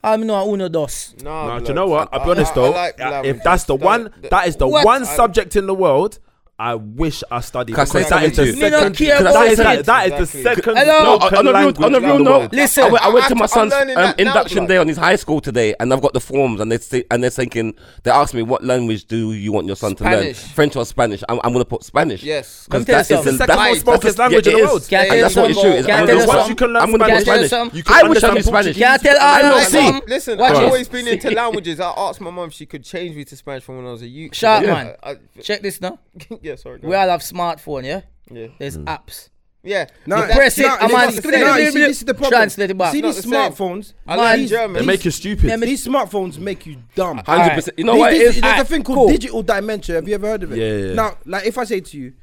S4: I know a uno dos.
S5: Nah,
S2: Now, do
S5: blood.
S2: you know what? I'll be
S5: I-
S2: honest
S5: I- I
S2: though.
S5: like
S2: uh,
S5: languages.
S2: if that's the one, that is the
S4: What?
S2: one
S5: I-
S2: subject in the world I wish I studied.
S3: Can I say
S2: because that
S3: something
S2: is the
S3: to you?
S4: Me not
S2: second.
S4: care
S2: that
S4: about
S2: is like-
S4: it.
S2: that is the
S5: Exactly.
S2: second.
S4: Hello?
S2: No,
S4: No,
S3: on a real, on a real note,
S4: Listen.
S3: I went, I went to
S5: I'm
S3: my son's
S5: learning
S3: um,
S5: that now,
S3: induction
S5: blood.
S3: day on his high school today, and I've got the forms, and they say, and they're thinking they asked me what language do you want your son to learn,
S5: Spanish.
S3: French or Spanish? I'm, I'm gonna put Spanish.
S5: Yes.
S3: because
S4: Let
S3: that
S4: me tell
S3: is
S4: you
S3: the
S4: something.
S2: Second
S3: that's-
S2: most spoken
S3: that's-
S2: language
S3: yeah,
S2: in the
S3: it
S2: world.
S3: is.
S4: Can I
S3: And
S4: tell
S3: that's
S4: you
S3: what the issue
S4: something?
S3: is.
S4: Can I
S3: I'm
S4: tell
S3: gonna
S4: you
S3: watch-
S2: Once you
S4: something?
S2: can learn
S3: I'm gonna
S2: Spanish,
S3: watch-
S4: Can I tell you
S2: you
S4: something?
S2: can
S3: I wish I
S2: understand
S3: knew Spanish.
S2: Portuguese.
S4: Can I tell
S2: I
S4: all of
S2: know what I
S4: them?
S2: see.
S5: Listen,
S4: Watch
S5: I've
S4: this.
S5: always been inter-languages. I asked my mum if she could change me to Spanish from when I was a youth.
S4: Sharp
S5: Yeah.
S4: man.
S5: I- I-
S4: Check this now.
S5: yeah, sorry. go
S4: We all have smartphone, yeah.
S5: on. Yeah.
S4: There's apps.
S5: Yeah.
S6: No,
S5: but
S6: that's-
S4: press it,
S6: no,
S4: I'm
S6: it's
S4: on
S6: not the
S4: screen.
S6: same. No, you see, this is the problem.
S4: Translate it back.
S6: See
S4: Not
S6: these
S5: the same.
S6: smartphones.
S5: I learned
S6: these-
S5: German.
S2: They make you stupid.
S6: These smartphones make you dumb.
S3: Hundred
S4: Alright.
S3: percent. You know
S6: These-
S3: what it
S6: these-
S3: is?
S6: There's a
S4: Alright,
S6: thing called
S4: cool.
S6: digital dementia. Have you ever heard of it?
S2: Yeah, yeah, yeah.
S6: Now, like if I say to you, do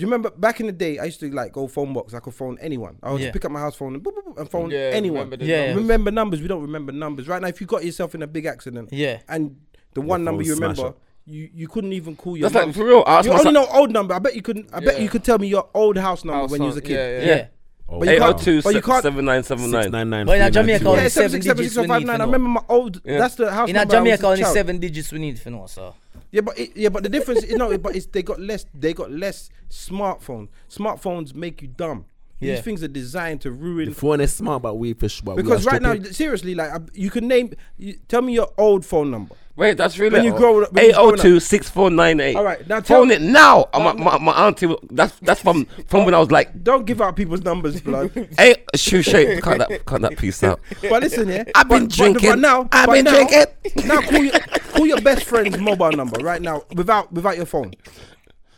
S6: you remember back in the day? I used to like go phone box. I could phone anyone. I would
S4: Yeah.
S6: just pick up my house phone and, boop, boop, boop, and phone
S5: Yeah,
S6: anyone.
S5: remember the
S4: Yeah.
S5: numbers.
S6: Remember numbers. We don't remember numbers. Right now, if you got yourself in a big accident,
S4: Yeah.
S6: and the one number
S2: phone's
S6: you
S2: smash
S6: remember,
S2: up.
S6: you you couldn't even call your.
S3: That's like
S6: mum's-
S3: for real. I asked
S6: you
S3: my
S6: only
S3: son,
S6: know old number. I bet you could. I bet
S5: Yeah.
S6: you could tell me your old house number <laughs> when you was a
S5: Household,
S6: kid.
S5: Yeah,
S4: Yeah.
S5: yeah.
S2: Oh,
S6: But you
S3: eight
S2: wow.
S3: oh
S6: can't-
S3: two
S6: but you
S3: six
S6: can't-
S3: seven nine seven
S2: Six,
S3: nine.
S2: nine, nine,
S4: But in
S2: three,
S4: Jamaica,
S2: nine, two,
S4: only
S6: Yeah,
S2: one.
S6: seven six
S4: Seven
S6: seven
S4: digits
S6: six or
S4: we
S6: five
S4: need
S6: nine.
S4: to
S6: I
S4: know.
S6: remember my old.
S3: Yeah.
S6: That's the house
S4: In
S6: number. I was
S4: Jamaica,
S6: a
S4: only
S6: child.
S4: seven digits we need for know, so.
S6: Yeah, but it, yeah, but the difference, you know, but it's they got less. They got less smartphones. Smartphones make you dumb.
S4: Yeah.
S6: These things are designed to ruin.
S2: If one is smart, but we fish. But
S6: because
S2: we are
S6: right now,
S2: stupid.
S6: seriously, like I- you can name. You, tell me your old phone number.
S3: Wait, that's really
S6: When you grow up- when you
S3: Eight
S6: grow
S3: oh
S6: up.
S3: two six four nine eight.
S6: All right, now tell-
S3: phone it now. Uh, My, my, my auntie. That's that's from from when I was like
S6: Don't give out people's numbers, blood.
S3: eight. Shoe shape. Cut that cut that
S6: <laughs>
S3: piece out.
S6: but listen, yeah.
S3: I've been
S6: but, but-
S3: drinking.
S6: But now,
S3: I've
S6: but
S3: been
S6: now-
S3: drinking.
S6: Now call your, call your best friend's mobile number right now without without your phone.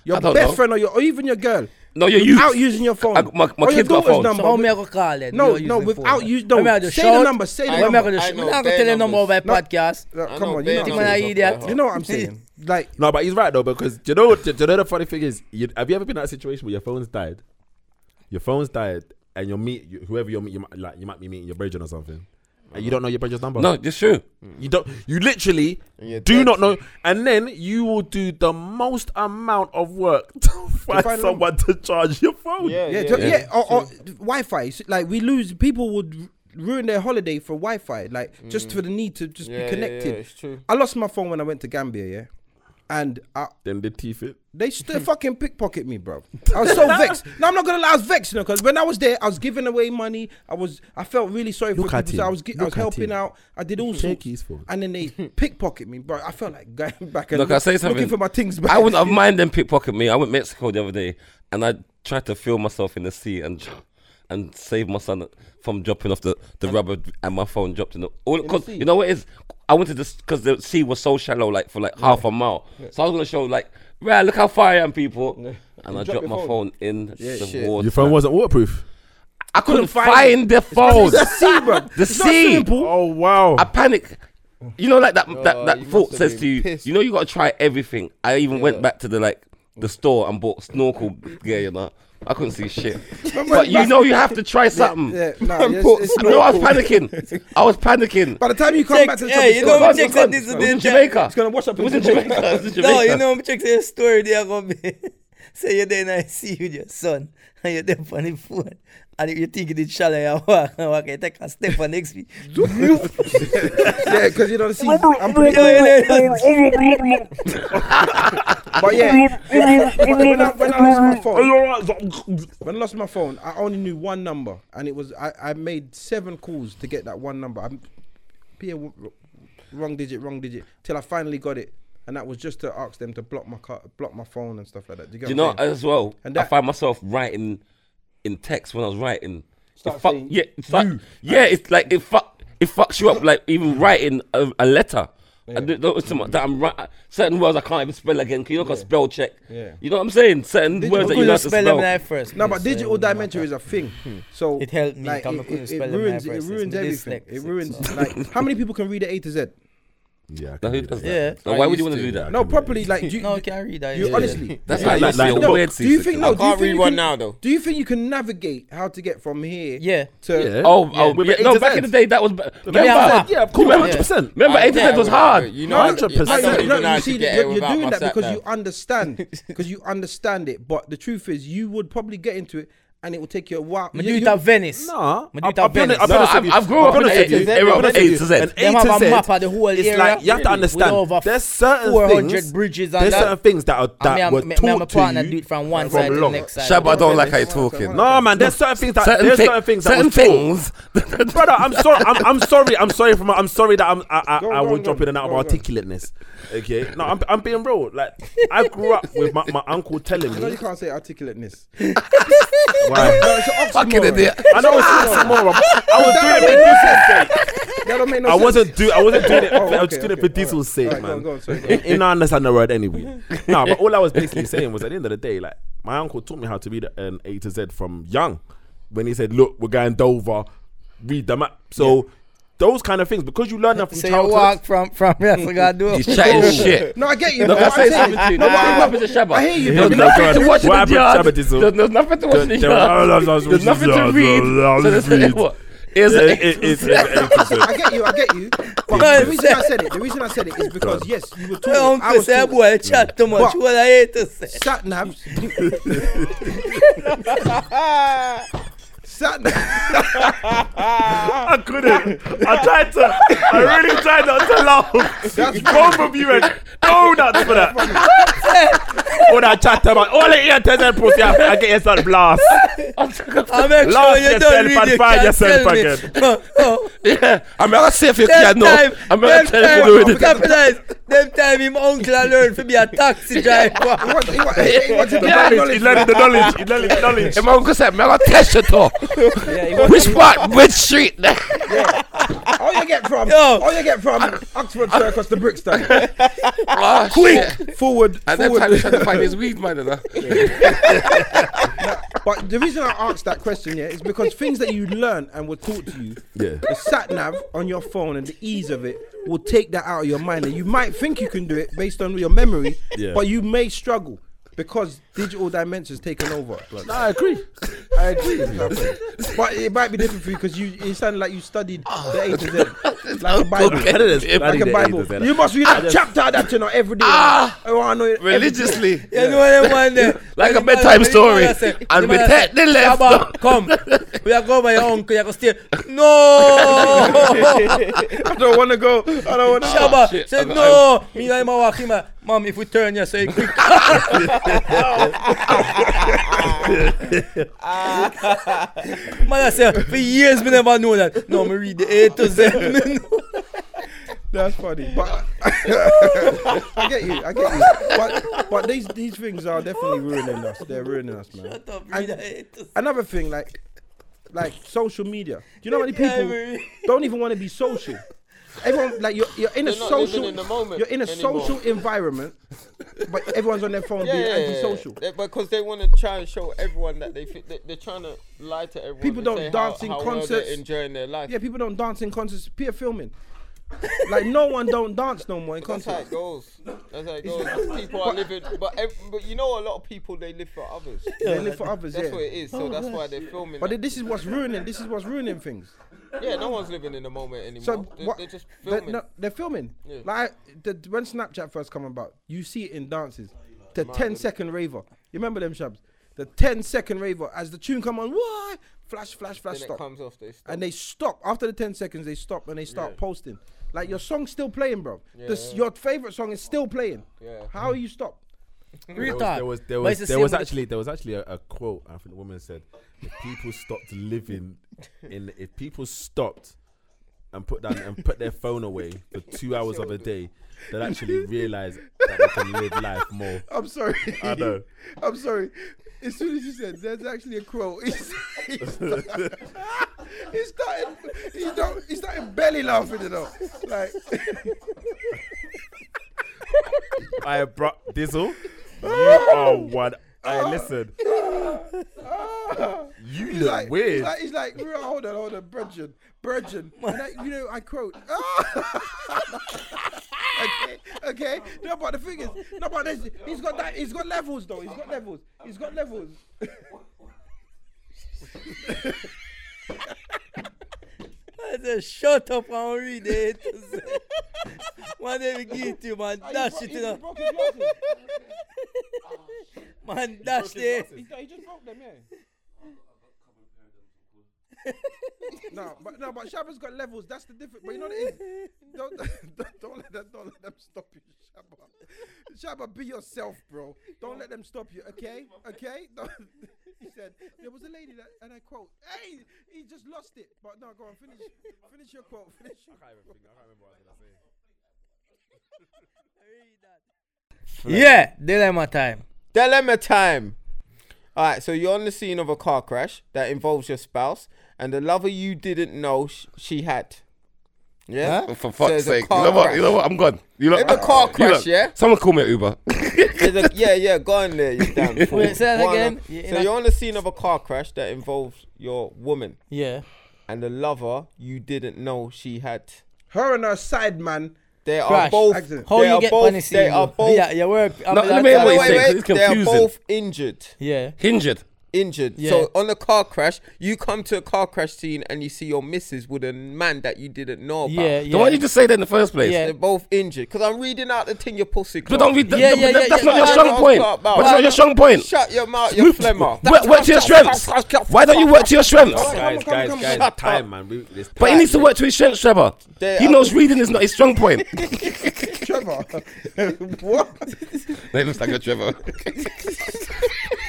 S6: Your
S3: I don't
S6: best
S3: know.
S6: friend or your or even your girl.
S3: No, your
S6: without
S3: youth.
S6: using your phone.
S3: I- my- my
S6: Or your
S3: kids got
S6: daughter's
S3: phones.
S6: number.
S4: So how me I go call it?
S6: No,
S4: Me
S6: no,
S4: using
S6: without
S4: phone.
S6: you- don't.
S4: When me I just
S6: Say the
S4: shout-
S6: number, say the
S4: when me I
S6: number.
S4: go just-
S5: I know
S4: me not gonna
S5: bare
S4: tell you number
S5: numbers.
S4: over podcast.
S6: Uh, come on,
S5: I know bare
S6: you know,
S4: Think
S6: what
S4: when I
S6: I'm
S5: numbers
S6: saying.
S4: eat that.
S5: off by
S6: you know what I'm saying. Like
S2: No, but he's right though because do you know, do you know the funny thing is, you, have you ever been in that situation where your phone's died, your phone's died, and you meet you, whoever you're meet, you might, like you might be meeting your brethren or something, and you don't know your brethren's number.
S3: No, it's true.
S2: you don't. You literally
S5: you're
S2: do
S5: dead.
S2: not know, and then you will do the most amount of work to find,
S6: find them.
S2: someone to charge your phone.
S5: Yeah,
S6: yeah,
S5: yeah,
S6: ju-
S5: yeah.
S6: yeah, or, or Wi-Fi. So, Like we lose people would r- ruin their holiday for Wi-Fi, like just for the need to just
S5: Mm. Yeah, yeah,
S6: be connected.
S5: yeah, it's true.
S6: I lost my phone when I went to Gambia, yeah, and I,
S2: Then they teeth it.
S6: they
S2: <laughs>
S6: still fucking pickpocket me, bro. I was so vexed. No, I'm not gonna lie, I was vexed, you know, because when I was there, I was giving away money. I was, I felt really sorry
S2: Look
S6: for
S2: at
S6: people. So
S2: him.
S6: I was, gi- I
S2: Look
S6: was
S2: at
S6: helping
S2: him.
S6: out. I did all
S2: Shake
S6: sorts,
S2: his phone.
S6: and then
S2: <laughs>
S6: they pickpocket me, bro. I felt like going back and
S3: Look, I'll say something.
S6: looking for my things back.
S3: I wouldn't have mind them pickpocket me. I went to Mexico the other day and I tried to feel myself in the sea and and save my son from dropping off the, the rubber and my phone dropped in the. All, cause, you know what it is? I wanted to, because the sea was so shallow, like for like half a mile. So I was going to show, like, right, look how far I am, people. And I
S6: dropped
S3: dropped
S6: your
S3: my phone,
S6: phone.
S3: in the
S6: shit.
S3: water.
S2: Your phone wasn't waterproof.
S3: I couldn't find the phone.
S6: The sea, bro.
S3: <laughs> The sea.
S2: Oh wow!
S3: I panic. You know, like that that,
S5: you
S3: that
S5: must
S3: thought
S5: have
S3: says
S5: been
S3: to you,
S5: pissed.
S3: you know, you gotta try everything. I even went back to the like the store and bought snorkel gear. You know, I couldn't see shit. but you know, you have to try something.
S6: Yeah,
S3: <laughs>
S6: nah, yes,
S3: No,
S6: it's
S3: I
S6: snorkel.
S3: was panicking. I
S6: <laughs>
S3: was
S6: <laughs>
S3: panicking.
S6: By the time you come back to the
S4: Check-
S6: top,
S4: hey,
S6: it's
S4: you
S6: gone,
S4: know what
S6: it's
S4: chicks
S6: gone,
S4: said this
S6: it's
S4: is
S6: gone.
S3: It was in
S4: the
S3: Jamaica.
S6: It's gonna
S3: <laughs>
S6: wash up
S3: It was
S6: in <laughs>
S3: in Jamaica. It was in
S4: No,
S3: Jamaica.
S4: you know, I'm checking your story there, gonna be. <laughs> Say you're there and I see you with your son, <laughs> and you're there on the phone, and you think it's shallow, you walk, and walk, you take a step and next week. Yo, you
S6: Yeah, because you know the sea. I'm pretty-
S4: know,
S6: But <laughs> yeah, <laughs> when I, when I lost my phone, when I lost my phone, I only knew one number, and it was I, I made seven calls to get that one number. I'm P A w- wrong digit, wrong digit, till I finally got it, and that was just to ask them to block my car, block my phone and stuff like that. Do you get
S3: Do you know
S6: what I'm saying?
S3: as well?
S6: And
S3: I
S6: that-
S3: find myself writing in text when I was writing. It
S6: Start
S3: fuck-
S6: saying
S3: yeah, it fuck- yeah. It's like it fuck, it fucks you up. Like even writing a, a letter. I do, don't, it's that I'm right. Certain words I can't even spell again. Can you not spell check?
S6: Yeah.
S3: You know what I'm saying? Certain words that you know how to
S4: spell them
S3: spell.
S4: like first.
S6: No, but
S4: so
S6: digital
S4: it wouldn't
S6: dimension
S4: matter.
S6: is a thing. So
S4: It helped me,
S6: Like,
S4: come, I
S6: it,
S4: couldn't
S6: it,
S4: spell
S6: it
S4: them
S6: ruins,
S4: my
S6: it
S4: verses,
S6: ruins
S4: I'm
S6: everything.
S4: dyslexic,
S6: It
S4: so-
S6: ruins like how many people can read the A to
S4: <laughs>
S6: Z?
S2: yeah. I
S3: Now,
S2: can
S3: who
S2: do
S3: does
S2: that.
S4: Yeah.
S3: that? Like, why would you want to do
S2: I
S3: that?
S2: can
S6: No,
S2: do
S6: properly like do you,
S4: No, I can't read that.
S6: you
S4: yeah. <laughs>
S6: honestly.
S3: That's
S2: Yeah,
S3: like,
S2: like- like
S3: no,
S2: what-
S3: weird.
S6: Do you think no?
S5: I
S6: do you
S5: can't
S6: think
S5: read
S6: you
S5: one
S6: can-
S5: now though.
S6: Do you think you can navigate how to get from here?
S4: Yeah.
S6: To
S2: Yeah.
S3: Oh, oh,
S2: With
S3: yeah,
S2: an A
S3: no!
S2: to
S3: Back
S2: Z.
S3: in the day, that was remember.
S4: Yeah,
S2: yeah, of course,
S3: Remember,
S2: hundred percent.
S3: remember,
S5: I
S3: eight to
S5: can't
S3: Z was
S5: read
S3: hard.
S5: that. You
S6: No,
S5: know, I-
S6: no,
S5: I
S6: no,
S5: don't
S6: no,
S5: even
S6: no,
S5: know how
S6: you
S5: to
S6: see,
S5: get
S6: you're,
S5: it
S6: you're
S5: without
S6: doing
S5: my
S6: that because
S5: sat-nav.
S6: you
S5: <laughs>
S6: understand. Because you understand it, but the truth is, you would probably get into it, and it will take you a while.
S4: I
S6: You-
S4: do it
S6: you-
S4: at Venice.
S2: Nah,
S4: I do
S2: I'll-
S4: it
S2: I'll
S4: at
S2: be
S4: Venice.
S2: honest- I'll be
S3: No,
S2: honest
S3: I've-
S2: with you.
S3: I've grown
S2: I'll
S3: up
S2: be
S3: in
S2: honest
S3: A
S2: with
S3: to Z.
S2: you. I'll be
S3: Everyone
S2: honest
S3: A
S2: with
S3: to
S2: you.
S3: Z.
S2: An
S4: Them
S2: A
S4: have
S2: to
S4: a
S2: Z,
S4: map of the whole
S2: it's
S4: area.
S2: like you have to
S4: Really?
S2: understand.
S4: With over
S2: there's certain
S4: 400
S2: things.
S4: bridges and
S2: there's
S4: that.
S2: certain things that are
S4: me
S2: that
S4: and-
S2: were
S4: me- me and my
S2: taught
S4: partner
S2: to
S4: do
S2: you
S4: it from one
S2: from
S4: side to the
S2: long.
S4: next uh, side.
S3: Shabba, I don't
S6: Yeah,
S3: like how you're
S6: that's one, that's
S3: talking.
S6: one.
S2: No man, there's certain things that
S3: certain,
S2: there's
S3: thi-
S2: certain things that
S3: certain
S2: was taught.
S3: things. <laughs>
S2: brother. I'm sorry. I'm, I'm sorry. I'm sorry for my. I'm sorry that I'm. I, I,
S6: Go
S2: I
S6: on,
S2: will
S6: go
S2: drop
S6: on,
S2: in and out
S6: go on,
S2: of
S6: go on.
S2: articulateness. Okay. No, I'm. I'm being real. Like I grew up with my, my uncle telling
S6: No, <laughs> you
S2: me.
S6: can't say articulateness.
S2: Why?
S6: No, it's an
S3: Fucking
S6: oxymoron.
S3: idiot.
S2: I know it's oxymoron. but I was doing it for decency.
S6: That don't make no
S2: I
S6: sense.
S2: wasn't do. I wasn't doing it.
S6: Oh,
S2: I was
S6: okay,
S2: doing it
S6: okay,
S2: for
S6: alright.
S2: diesel's sake,
S6: Alright, go
S2: man.
S6: on, go on, sorry, go
S2: <laughs> You you know, I understand the word anyway. no, but all I was basically saying was at the end of the day, like my uncle taught me how to read an A to Z from young. When he said, "Look, we're going Dover, read the map." So those kind of things because you learn that from
S4: So you
S2: childhood.
S4: walk from from yes, I gotta do.
S3: He's chatting
S4: <laughs>
S3: shit.
S6: No, I get you.
S3: No,
S6: but
S3: I
S6: what I'm
S3: say
S6: saying-
S3: something to you.
S6: No,
S3: No,
S6: but I'm not-
S3: nothing to Shabba.
S6: I hear you.
S2: Yeah,
S3: There's
S2: but
S3: nothing
S2: God,
S3: to watch in the
S2: what happened to
S3: yard.
S2: Shabba Dizzle?
S3: There's there's nothing to watch <laughs> in the
S2: There-
S3: yard. There's nothing to
S2: <laughs>
S3: read. So they <laughs> say, what? Is
S2: Yeah,
S3: it?
S2: it- it's- it's A to Z.
S6: I get you. I get you. But
S4: Yeah.
S6: the reason I said it, the reason I said it is because yes, you
S5: <laughs>
S6: were
S4: Don't
S6: taught. I was
S4: say
S6: taught.
S4: boy, chat too much.
S6: But-
S4: What I hate to say.
S6: Sat
S5: <laughs>
S6: navs. Sat nav.
S2: I couldn't. I tried to. I really tried not to laugh. Both of you are donuts for that. All that chatter about all the ear to Z pussy. I I get yourself blast.
S4: I make sure
S2: Laugh
S4: you
S2: yourself
S4: don't read
S2: and
S4: you
S2: find
S4: can't
S2: yourself
S4: tell me.
S2: again.
S4: Oh, oh.
S3: Yeah, I'm not gonna say if you
S4: Them
S3: can't know.
S4: time,
S3: I'm not gonna
S4: them
S3: tell you
S4: time,
S3: to do it.
S4: <laughs> capitalize. Them time, him uncle I learned to be a
S3: <laughs>
S4: taxi
S6: He
S4: driver.
S6: wanted- he wanted- he wanted the
S3: Yeah,
S6: bad
S3: it's-
S6: knowledge.
S2: Knowledge, He's learning the knowledge. He's learning the knowledge.
S3: And my uncle said, I'm not gonna test you though. <laughs> Which part? Which street? <laughs>
S6: All you get from,
S4: Yo.
S6: all you get from Oxford Circus to Brixton.
S3: Oh, shit.
S6: Quick, forward,
S3: At that time,
S6: forward.
S3: he's trying to find his weed, man. you know. <laughs>
S6: But the reason I asked that question, yeah, is because things that you learn and were taught to you,
S2: Yeah.
S6: the sat nav on your phone and the ease of it will take that out of your mind. And you might think you can do it based on your memory,
S2: Yeah.
S6: but you may struggle because digital dimensions taken over. blood.
S2: I agree.
S6: I agree. with you. but it might be different for you because you it sounded like you studied the A
S3: <laughs>
S6: to Z, like a Bible.
S3: Okay.
S6: Like a Bible. You must read that chapter of that you know every day.
S3: Ah!
S6: oh, I know it.
S3: Religiously.
S4: You know them one there.
S3: Like
S4: The
S3: a
S4: man-
S3: bedtime
S4: the
S3: story.
S4: man say-
S3: And
S4: the
S3: we
S4: man
S3: take
S4: say,
S3: the left.
S4: "Shabba, Come. We are going by your uncle. You are going to stay.
S3: <laughs>
S4: No.
S6: I don't want to go. I don't want to.
S2: Oh,
S4: Shabba
S3: shit.
S4: said,
S3: I'm-
S4: no. Me and him are walking, man. Mom, if we turn you, say
S2: <laughs>
S4: quick. <laughs> Man, I said, for years, me never know that. No, me read the A to Z. <laughs> Me know.
S6: That's funny. <laughs> But I get you. I get you. But but these these things are definitely ruining us. They're ruining us, man.
S4: Shut up, read the A to Z.
S6: Another thing, like like social media. Do you know how many people don't even want to be social? Everyone like you're, you're in a
S5: They're not living
S6: social
S5: in the moment
S6: you're in a
S5: anymore.
S6: social environment, but everyone's on their phone being antisocial.
S5: They- because they want to try and show everyone that they fit. They, they're trying to lie to everyone.
S6: People
S5: and
S6: don't
S5: say
S6: dance
S5: how,
S6: in
S5: how Well
S6: concerts.
S5: they're enjoying their life.
S6: Yeah, people don't dance in concerts. Peer filming. like no one don't dance no more in
S5: That's how it
S6: concerts.
S5: goes. That's how it <laughs> goes. people are living, but ev- but you know, a lot of people they live for others.
S6: They live for others,
S5: That's
S6: yeah. Oh,
S5: what it is. So that's why they're filming.
S6: But
S5: that.
S6: this is what's ruining. This is what's ruining things.
S5: yeah, no one's living in the moment anymore.
S6: So
S5: they,
S6: what?
S5: They're just
S6: they're-
S5: filming.
S6: no, they're filming.
S5: Yeah.
S6: Like the, when Snapchat first come about, you see it in dances. The 10 second raver. You remember them shabs? The 10 second raver. As the tune come on, why? Flash, flash, flash,
S5: then it
S6: stop.
S5: comes off. They stop.
S6: and they stop after the 10 seconds they stop and they start posting like your song's still playing bro this
S5: Yeah.
S6: your favorite song is still playing
S5: Yeah.
S6: how are you stopped
S4: Real
S2: There was,
S4: talk.
S2: there was, there
S4: But
S2: was,
S4: it's the
S2: there
S4: same
S2: was
S4: with-
S2: actually there was actually a, a quote. I think the woman said, "If people stopped living in, if people stopped and put down and put their phone away for two hours of a day, they'd actually realize that they can live life more."
S6: i'm sorry
S2: I know.
S6: <laughs> i'm sorry as soon as you said there's actually a quote <laughs> he
S2: <laughs>
S6: s- he started he started, he don't, he started belly laughing you know like
S2: I brought Dizzle. You are one. I listen. You
S6: he's <laughs>
S2: look
S6: like, he's
S2: weird.
S6: like he's like "Bro, hold on hold on brethren brethren and I, you know i quote <laughs> okay, okay. No, but the thing is, no, but there's- he's got that. He's got levels, though. He's got levels. He's got levels.
S4: I said, shut up and read <laughs> it. man, they will give it to you, man. Dash it, you
S6: He
S4: know.
S6: broke his glasses.
S4: Man, dash it.
S6: No, he just broke them, yeah. no, but no, but Shabba's got levels. That's the difference. But you know what it is? Don't, don't, don't let them, don't let them stop you, Shabba. Shabba, be yourself, bro. Don't let them stop you. Okay, okay. <laughs> Don't- he said there was a lady that, and I quote, "Hey, he just lost it." But no, go on, finish, finish your quote. Finish. Your quote.
S4: Yeah, dilemma time.
S5: Dilemma time. All right, so you're on the scene of a car crash that involves your spouse and the lover you didn't know sh- she had. Yeah.
S3: For
S5: So
S3: fuck's
S5: it's a
S3: sake. You
S5: car
S3: know what?
S5: crash.
S3: You know what? I'm gone. You know
S5: In the car
S3: you
S5: crash, yeah?
S3: Someone call me an Uber.
S5: There's a- yeah, yeah, go on
S6: <laughs>
S5: there, you damn fool.
S4: Wait, say that
S5: Go on
S4: again.
S5: on.
S4: Yeah, in
S5: so
S4: a-
S5: you're on the scene of a car crash that involves your woman
S4: Yeah.
S5: and the lover you didn't know she had.
S6: Her and her side man.
S5: They are
S4: Crash.
S5: both.
S6: Accident.
S4: How
S5: they
S4: you
S5: are
S4: get
S5: both,
S4: funny
S5: They are both.
S4: Yeah, yeah, we're. I'm,
S3: No,
S4: I'm-
S3: let me hear
S4: I'm-
S3: what you
S5: Wait, wait,
S3: say, 'cause
S5: wait.
S3: it's
S5: They are
S3: confusing.
S5: both injured.
S4: Yeah.
S3: Hindered.
S5: injured.
S4: Yeah.
S5: So on the car crash, you come to a car crash scene and you see your missus with a man that you didn't know about.
S4: Yeah,
S3: Don't want
S4: yeah.
S3: you to say that in the first place.
S4: Yeah.
S5: They're both injured. Because I'm reading out the thing your pussy
S3: But don't read.
S4: Yeah,
S3: Yeah,
S4: yeah, yeah,
S3: that's
S4: yeah,
S3: not your
S4: yeah,
S3: strong
S5: yeah.
S3: point.
S5: Shut up,
S3: But
S5: man.
S3: it's not your strong point.
S5: Shut your mouth, you flemmer.
S3: Work, work to your strengths. Why don't you work to your strengths?
S2: guys,
S6: come on,
S2: guys,
S6: come on.
S2: guys.
S6: Shut
S2: time, man. We, it's
S3: But he
S2: time.
S3: needs to work to his strengths, Trevor.
S5: They
S3: He
S5: are- <laughs>
S3: knows reading is not his strong point.
S6: Trevor, what?
S3: They looks like a Trevor.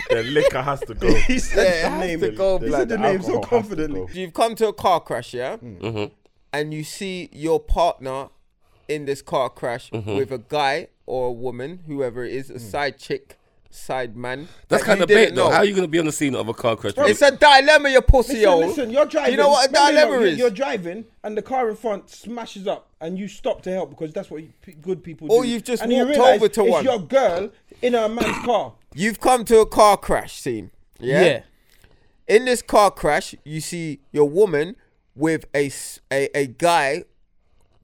S2: the liquor has to go.
S6: He said
S5: Yeah, it has to go,
S6: He
S5: blood.
S6: said the name
S2: Alcohol
S6: so
S2: has to
S6: confidently.
S2: go.
S5: You've come to a car crash, yeah?
S6: Hmm.
S3: Mm-hmm.
S5: And you see your partner in this car crash
S3: Mm-hmm.
S5: with a guy or a woman, whoever it is, a side chick, side man.
S3: Hmm. That's
S5: that you
S3: kind of
S5: didn't
S3: bait, though.
S5: know.
S3: How are you going to be on the scene of a car crash?
S5: It's a dilemma, you pussy
S6: Listen,
S5: hole.
S6: listen, you're driving.
S5: You know what a
S6: No, no, no,
S5: dilemma
S6: you're-
S5: is?
S6: You're driving, and the car in front smashes up, and you stop to help because that's what you- p- good people do.
S5: Or you've just
S6: and you
S5: walked
S6: realise
S5: over to
S6: it's
S5: one.
S6: your girl in a man's
S5: <clears throat>
S6: car.
S5: You've come to a car crash scene. Yeah?
S4: Yeah.
S5: In this car crash, you see your woman with a, s- a, a guy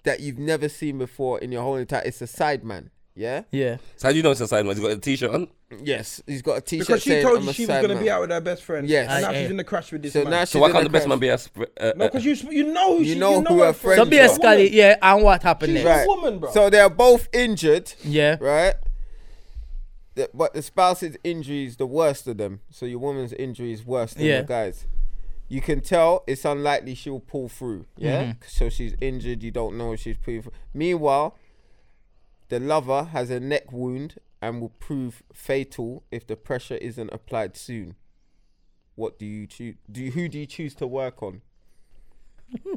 S5: that you've never seen before in your whole entire. It's a side man. Yeah.
S4: Yeah.
S3: So how do you know it's a side man? He's got a t-shirt on.
S5: Yes. He's got a t-shirt
S6: Because she
S5: saying
S6: told
S5: I'm
S6: you
S5: a
S6: she was
S5: side
S6: going to
S5: man.
S6: be out with her best friend.
S5: Yes.
S6: And now
S4: I-
S6: she's
S4: I-
S6: in the crash with this
S5: So
S6: man.
S5: now
S3: So
S5: she's
S3: why
S5: in
S3: can't the best
S5: crash.
S3: man be a? sp- Uh,
S6: no,
S3: uh,
S6: because you, sp- you know who
S5: You
S6: she,
S5: know
S6: you
S5: who
S6: know
S5: her
S6: her friend
S4: So
S5: friends
S6: is.
S5: are.
S4: basically, yeah, and what happened
S6: She's
S4: next?
S6: a woman, bro.
S5: So they're both injured.
S4: Yeah.
S5: Right. The- But the spouse's injury is the worst of them. So your woman's injury is worse than
S4: Yeah.
S5: the guy's. You can tell it's unlikely she'll pull through. Yeah.
S6: Mm-hmm.
S5: So she's injured. You don't know if she's pulling through. Meanwhile, the lover has a neck wound and will prove fatal if the pressure isn't applied soon. What do you choose? Do you, who do you choose to work on?